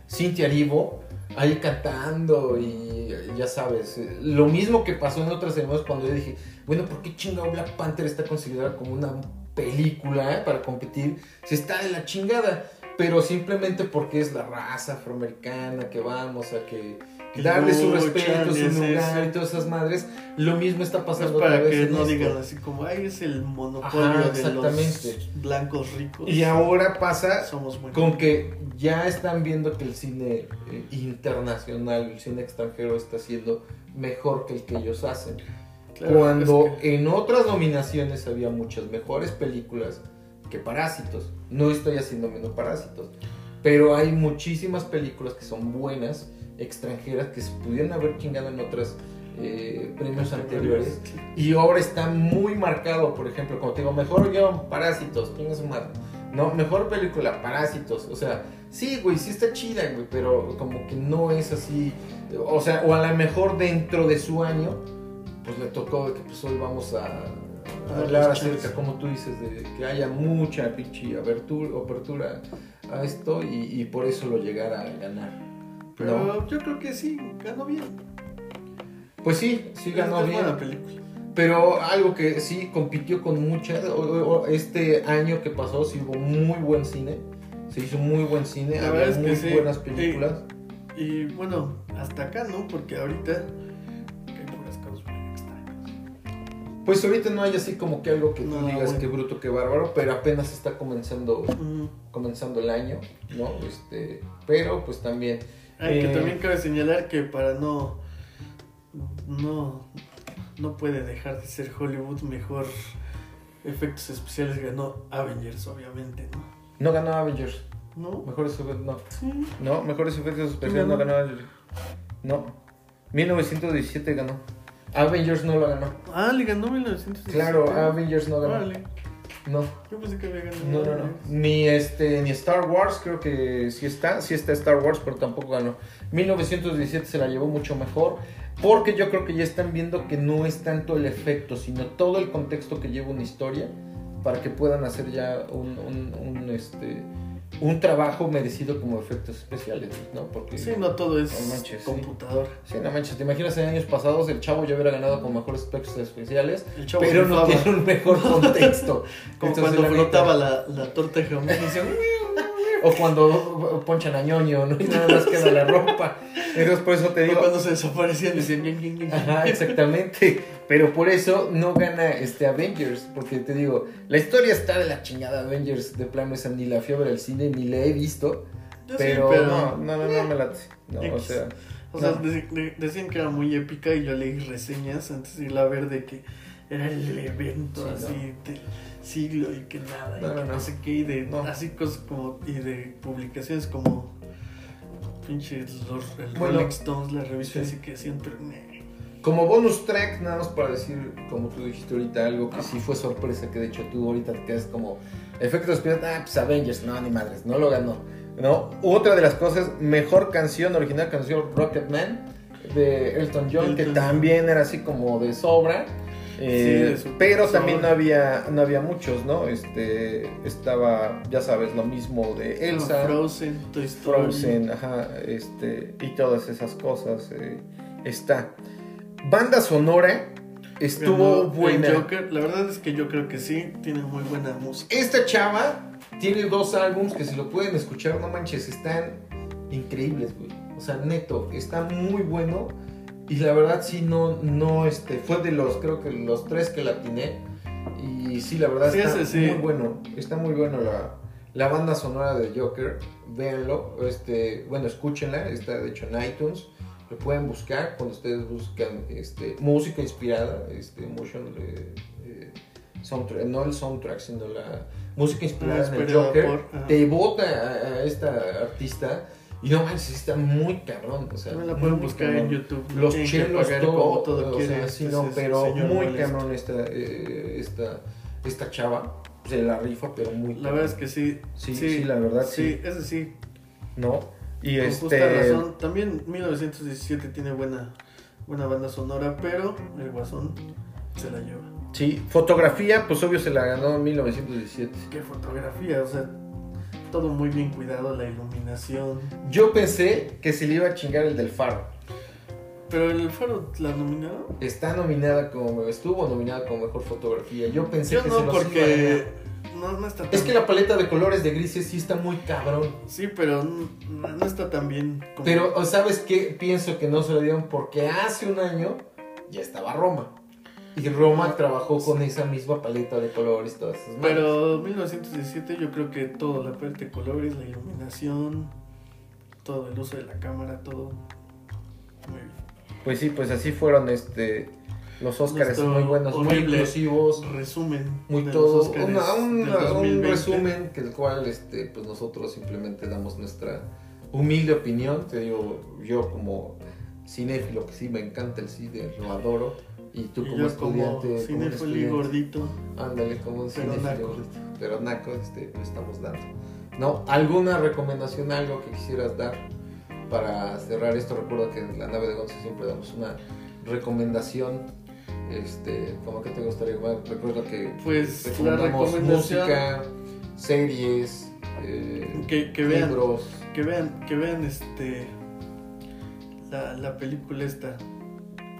A: Cintia Erivo, ahí cantando y ya sabes, eh, lo mismo que pasó en otras ceremonias cuando yo dije, bueno, ¿por qué chingado Black Panther está considerada como una película eh, para competir? Si está de la chingada, pero simplemente porque es la raza afroamericana que vamos a que
B: Que
A: darle su
B: luchan,
A: respeto, su
B: es
A: lugar
B: eso.
A: y todas esas madres, lo mismo está
B: Es
A: pasando otra
B: para
A: vez
B: que
A: en
B: no
A: esto.
B: digan así como, ay, es el monopolio
A: Ajá,
B: de
A: exactamente.
B: los blancos ricos.
A: Y ahora pasa
B: somos buenos.
A: con que ya están viendo que el cine eh, internacional, el cine extranjero está siendo mejor que el que ellos hacen.
B: Claro,
A: Cuando
B: es que-
A: en otras nominaciones había muchas mejores películas que Parásitos. No estoy haciendo menos Parásitos. Pero hay muchísimas películas que son buenas, extranjeras, que se pudieron haber chingado en otras eh, premios anteriores. Y ahora está muy marcado, por ejemplo, como te digo, mejor guión, Parásitos, chinga su madre. No, mejor película, Parásitos. O sea, sí, güey, sí está chida, güey, pero como que no es así. O sea, o a lo mejor dentro de su año, pues le tocó de que pues hoy vamos a a hablar
B: Muchas.
A: acerca, como tú dices, de que haya mucha pinche apertura, apertura a esto y, y por eso lo llegara a ganar.
B: Pero
A: No.
B: yo creo que sí, ganó bien.
A: Pues sí, sí ganó
B: es
A: bien.
B: buena película.
A: Pero algo que sí compitió con muchas. o- o- o Este año que pasó, sí hubo muy buen cine. Se hizo muy buen cine.
B: La
A: había
B: verdad es que
A: muy
B: sí,
A: buenas
B: sí.
A: películas.
B: Y bueno, hasta acá, ¿no? Porque ahorita que hay puras cosas muy extrañas.
A: Pues ahorita no hay así como que algo que tú
B: No,
A: digas
B: bueno.
A: que bruto, que bárbaro. Pero apenas está comenzando,
B: Mm.
A: comenzando el año, ¿no? Este, pero pues también.
B: Ay,
A: Eh,
B: que también cabe señalar que para no. No. No puede dejar de ser Hollywood mejor. Efectos especiales ganó Avengers, obviamente, ¿no?
A: No ganó Avengers.
B: ¿No?
A: Mejores efectos, no.
B: Sí.
A: No, mejores efectos especiales no
B: ganó?
A: ganó Avengers. No. 1917 ganó. Avengers no lo ganó.
B: Ah, le ganó 1917.
A: Claro, Avengers no ganó.
B: Órale,
A: No.
B: yo pensé que había ganado.
A: No, no, no.
B: Avengers.
A: Ni este, ni Star Wars, creo que sí está, sí está Star Wars, pero tampoco ganó. 1917 se la llevó mucho mejor, porque yo creo que ya están viendo que no es tanto el efecto, sino todo el contexto que lleva una historia para que puedan hacer ya un, un, un, este, un trabajo merecido como efectos especiales, ¿no? Porque
B: Sí, no todo es
A: Este, No manches, sí.
B: computadora.
A: Sí, no manches, te imaginas en años pasados el chavo ya hubiera ganado con mejores efectos especiales,
B: El chavo
A: pero no
B: rifaba, *laughs*
A: tiene un mejor contexto.
B: Como
A: Entonces,
B: cuando
A: la neta- *laughs*
B: *laughs* flotaba la, la torta de jamón. y decía,
A: O cuando ponchan a ñoño, ¿no? Y nada más queda la ropa. Entonces, por eso te
B: Y
A: digo.
B: cuando se desaparecían decían "Ñan, ñan, ñan".
A: Ajá, exactamente. Pero por eso no gana este Avengers, porque te digo, la historia está de la chingada Avengers, de plano esa ni la fiebre del cine ni la he visto,
B: Yo sí,
A: pero, no, no, no, no me late. No, o
B: X.
A: sea,
B: O sea,
A: No.
B: de- de- decían que era muy épica y yo leí reseñas antes de ir a ver de que era el evento
A: Sí,
B: así del siglo y que nada,
A: No,
B: y que
A: no,
B: no,
A: no.
B: sé qué, y de
A: No.
B: así cosas como, y de publicaciones como pinches los el
A: Bueno.
B: Rolling Stones, la revista
A: Sí.
B: así que siempre me-
A: como bonus track, nada más para decir, como tú dijiste ahorita, algo que sí fue sorpresa, que de hecho tú ahorita te quedas como, efectos pirata, ah, pues Avengers, no, ni madres, no lo ganó. ¿No? Otra de las cosas, mejor canción, original canción Rocketman de Elton John, que
B: Elton.
A: también era así como de sobra. eh,
B: de su-
A: pero
B: sobra.
A: también no había, no había muchos, ¿no? Este estaba, ya sabes, lo mismo de Elsa.
B: Ah, Frozen, Toy Story.
A: Frozen, ajá, este, y todas esas cosas. eh, está. Banda sonora estuvo
B: Ganó el
A: buena.
B: Joker. La verdad es que yo creo que sí, tiene muy buena música.
A: Esta chava tiene dos álbums que si lo pueden escuchar, no manches, están increíbles, güey. O sea, neto, está muy bueno. Y la verdad sí, no, no, este, fue de los, creo que los tres que la tiene. Y sí, la verdad
B: Sí,
A: está
B: ese sí.
A: muy bueno. Está muy bueno la, la banda sonora de Joker. Véanlo, este, bueno, escúchenla. Está de hecho en iTunes. Lo pueden buscar cuando ustedes buscan este, música inspirada, este, motion, eh, eh, soundtrack, no el soundtrack, sino la música
B: Ah,
A: inspirada en el
B: inspirada
A: Joker.
B: por, ajá.
A: te vota a, a esta artista y no manches, está muy cabrón. O sea,
B: También la pueden
A: muy
B: buscar
A: cabrón.
B: en YouTube. no
A: Los
B: tienen que
A: chelos,
B: pagar
A: todo,
B: como todo
A: o
B: quiere
A: sea, sí,
B: este
A: no,
B: se-
A: pero
B: señor
A: muy
B: molesto.
A: cabrón esta, eh, esta, esta chava. Se la rifa, pero muy
B: La verdad es que sí.
A: Sí, sí, la verdad, sí.
B: Sí, ese sí.
A: ¿No? Y
B: Con
A: este...
B: justa razón. También 1917 tiene buena, buena banda sonora, pero el Guasón se la lleva.
A: Sí, fotografía, pues obvio se la ganó en 1917.
B: Qué fotografía, o sea, todo muy bien cuidado, la iluminación.
A: Yo pensé que se le iba a chingar el del faro.
B: Pero el faro la nominaron.
A: Está nominada como... Estuvo nominada como mejor fotografía. Yo pensé
B: Yo
A: que se
B: no,
A: los iba a
B: porque
A: ganar.
B: no, no está tan
A: Es que la paleta de colores de grises sí está muy cabrón.
B: Sí, pero no, no está tan bien. como-
A: Pero, o ¿sabes qué? Pienso que no se lo dieron porque hace un año ya estaba Roma. Y Roma trabajó con esa misma paleta de colores, todas esas madres.
B: Ah, Pero 1917 yo creo que todo, la parte de colores, la iluminación, todo el uso de la cámara, todo. Muy bien.
A: Pues sí, pues así fueron este los Óscares
B: Nuestro
A: muy buenos, muy
B: horrible
A: inclusivos,
B: Resumen.
A: muy
B: de los
A: todo.
B: Óscares
A: Una- un-
B: del
A: un
B: 2020.
A: resumen que el cual este, pues nosotros simplemente damos nuestra humilde opinión. Te digo, yo como cinéfilo que sí me encanta el cine, lo adoro. Y tú
B: Y
A: como
B: yo como
A: estudiante, como un
B: cinéfilo y
A: estudiante,
B: gordito,
A: ándale como un
B: pero
A: cinéfilo,
B: naco.
A: pero naco este, lo estamos dando. ¿No? ¿Alguna recomendación, algo que quisieras dar para cerrar esto? Recuerda que en la nave de Gonza siempre damos una recomendación. Este, ¿Cómo que te gustaría? Bueno, recuerda que
B: Pues, la
A: recomendamos
B: recomendación-
A: música, series, eh,
B: Que, que vean,
A: libros.
B: que vean, que vean este. La, la película esta,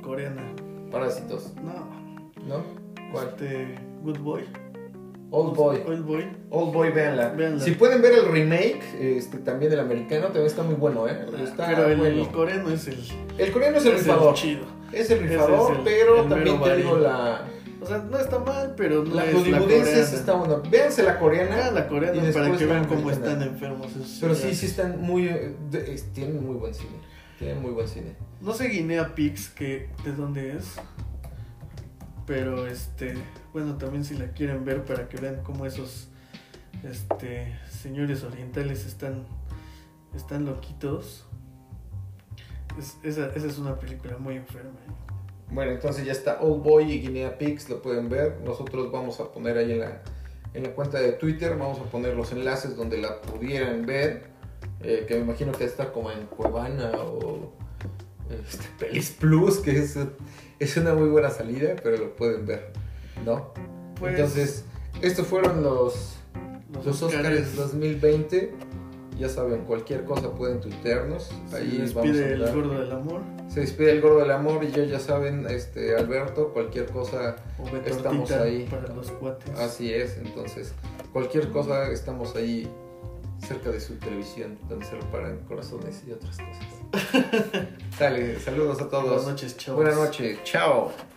B: coreana.
A: Parásitos,
B: No,
A: ¿no? ¿Cuál?
B: este. Good Boy.
A: Old Boy.
B: Old Boy.
A: Old Boy, véanla.
B: Véanla.
A: Si pueden ver el remake, este, también el americano, también está muy bueno, ¿eh? Está
B: Ah, pero el,
A: bueno.
B: el coreano es el,
A: El coreano es el
B: es el
A: rifador.
B: chido.
A: Es el
B: Ese
A: rifador,
B: es el-
A: pero
B: el
A: también
B: mero
A: tengo
B: varín.
A: la.
B: O sea, no está mal, pero no
A: La
B: es la
A: hollywoodense
B: coreana.
A: sí está buena. Véanse la coreana.
B: Ah, la
A: y
B: coreana
A: después
B: para que
A: la
B: vean cómo
A: americana.
B: están enfermos. esos
A: Pero sí,
B: señores.
A: sí están muy. eh, de- es- tienen muy buen cine. Tienen muy buen cine.
B: No sé Guinea Pigs que de dónde es. Pero este, bueno, también si la quieren ver para que vean cómo esos este señores orientales están están loquitos. Es- esa, esa es una película muy enferma. ¿eh?
A: Bueno, entonces ya está Old Boy y Guinea Pigs, lo pueden ver. Nosotros vamos a poner ahí en la, en la cuenta de Twitter, vamos a poner los enlaces donde la pudieran ver. eh, que me imagino que está como en Cuevana o este, Pelis Plus, que es, es una muy buena salida, pero lo pueden ver, ¿no?
B: Pues
A: Entonces, estos fueron los, los Oscars
B: Óscares.
A: 2020. Ya saben, cualquier cosa pueden tuitearnos.
B: Se
A: Ahí vamos a
B: despide el
A: andar.
B: gordo del amor
A: Se despide el gordo del amor y yo ya saben, este Alberto, cualquier cosa,
B: o ve
A: Estamos
B: tortita
A: ahí.
B: para los cuates.
A: así es, entonces, cualquier cosa estamos ahí cerca de su televisión donde se reparan corazones
B: *laughs*
A: y otras cosas. Sale, saludos a todos.
B: Buenas noches, chavos.
A: Buenas noches, chao.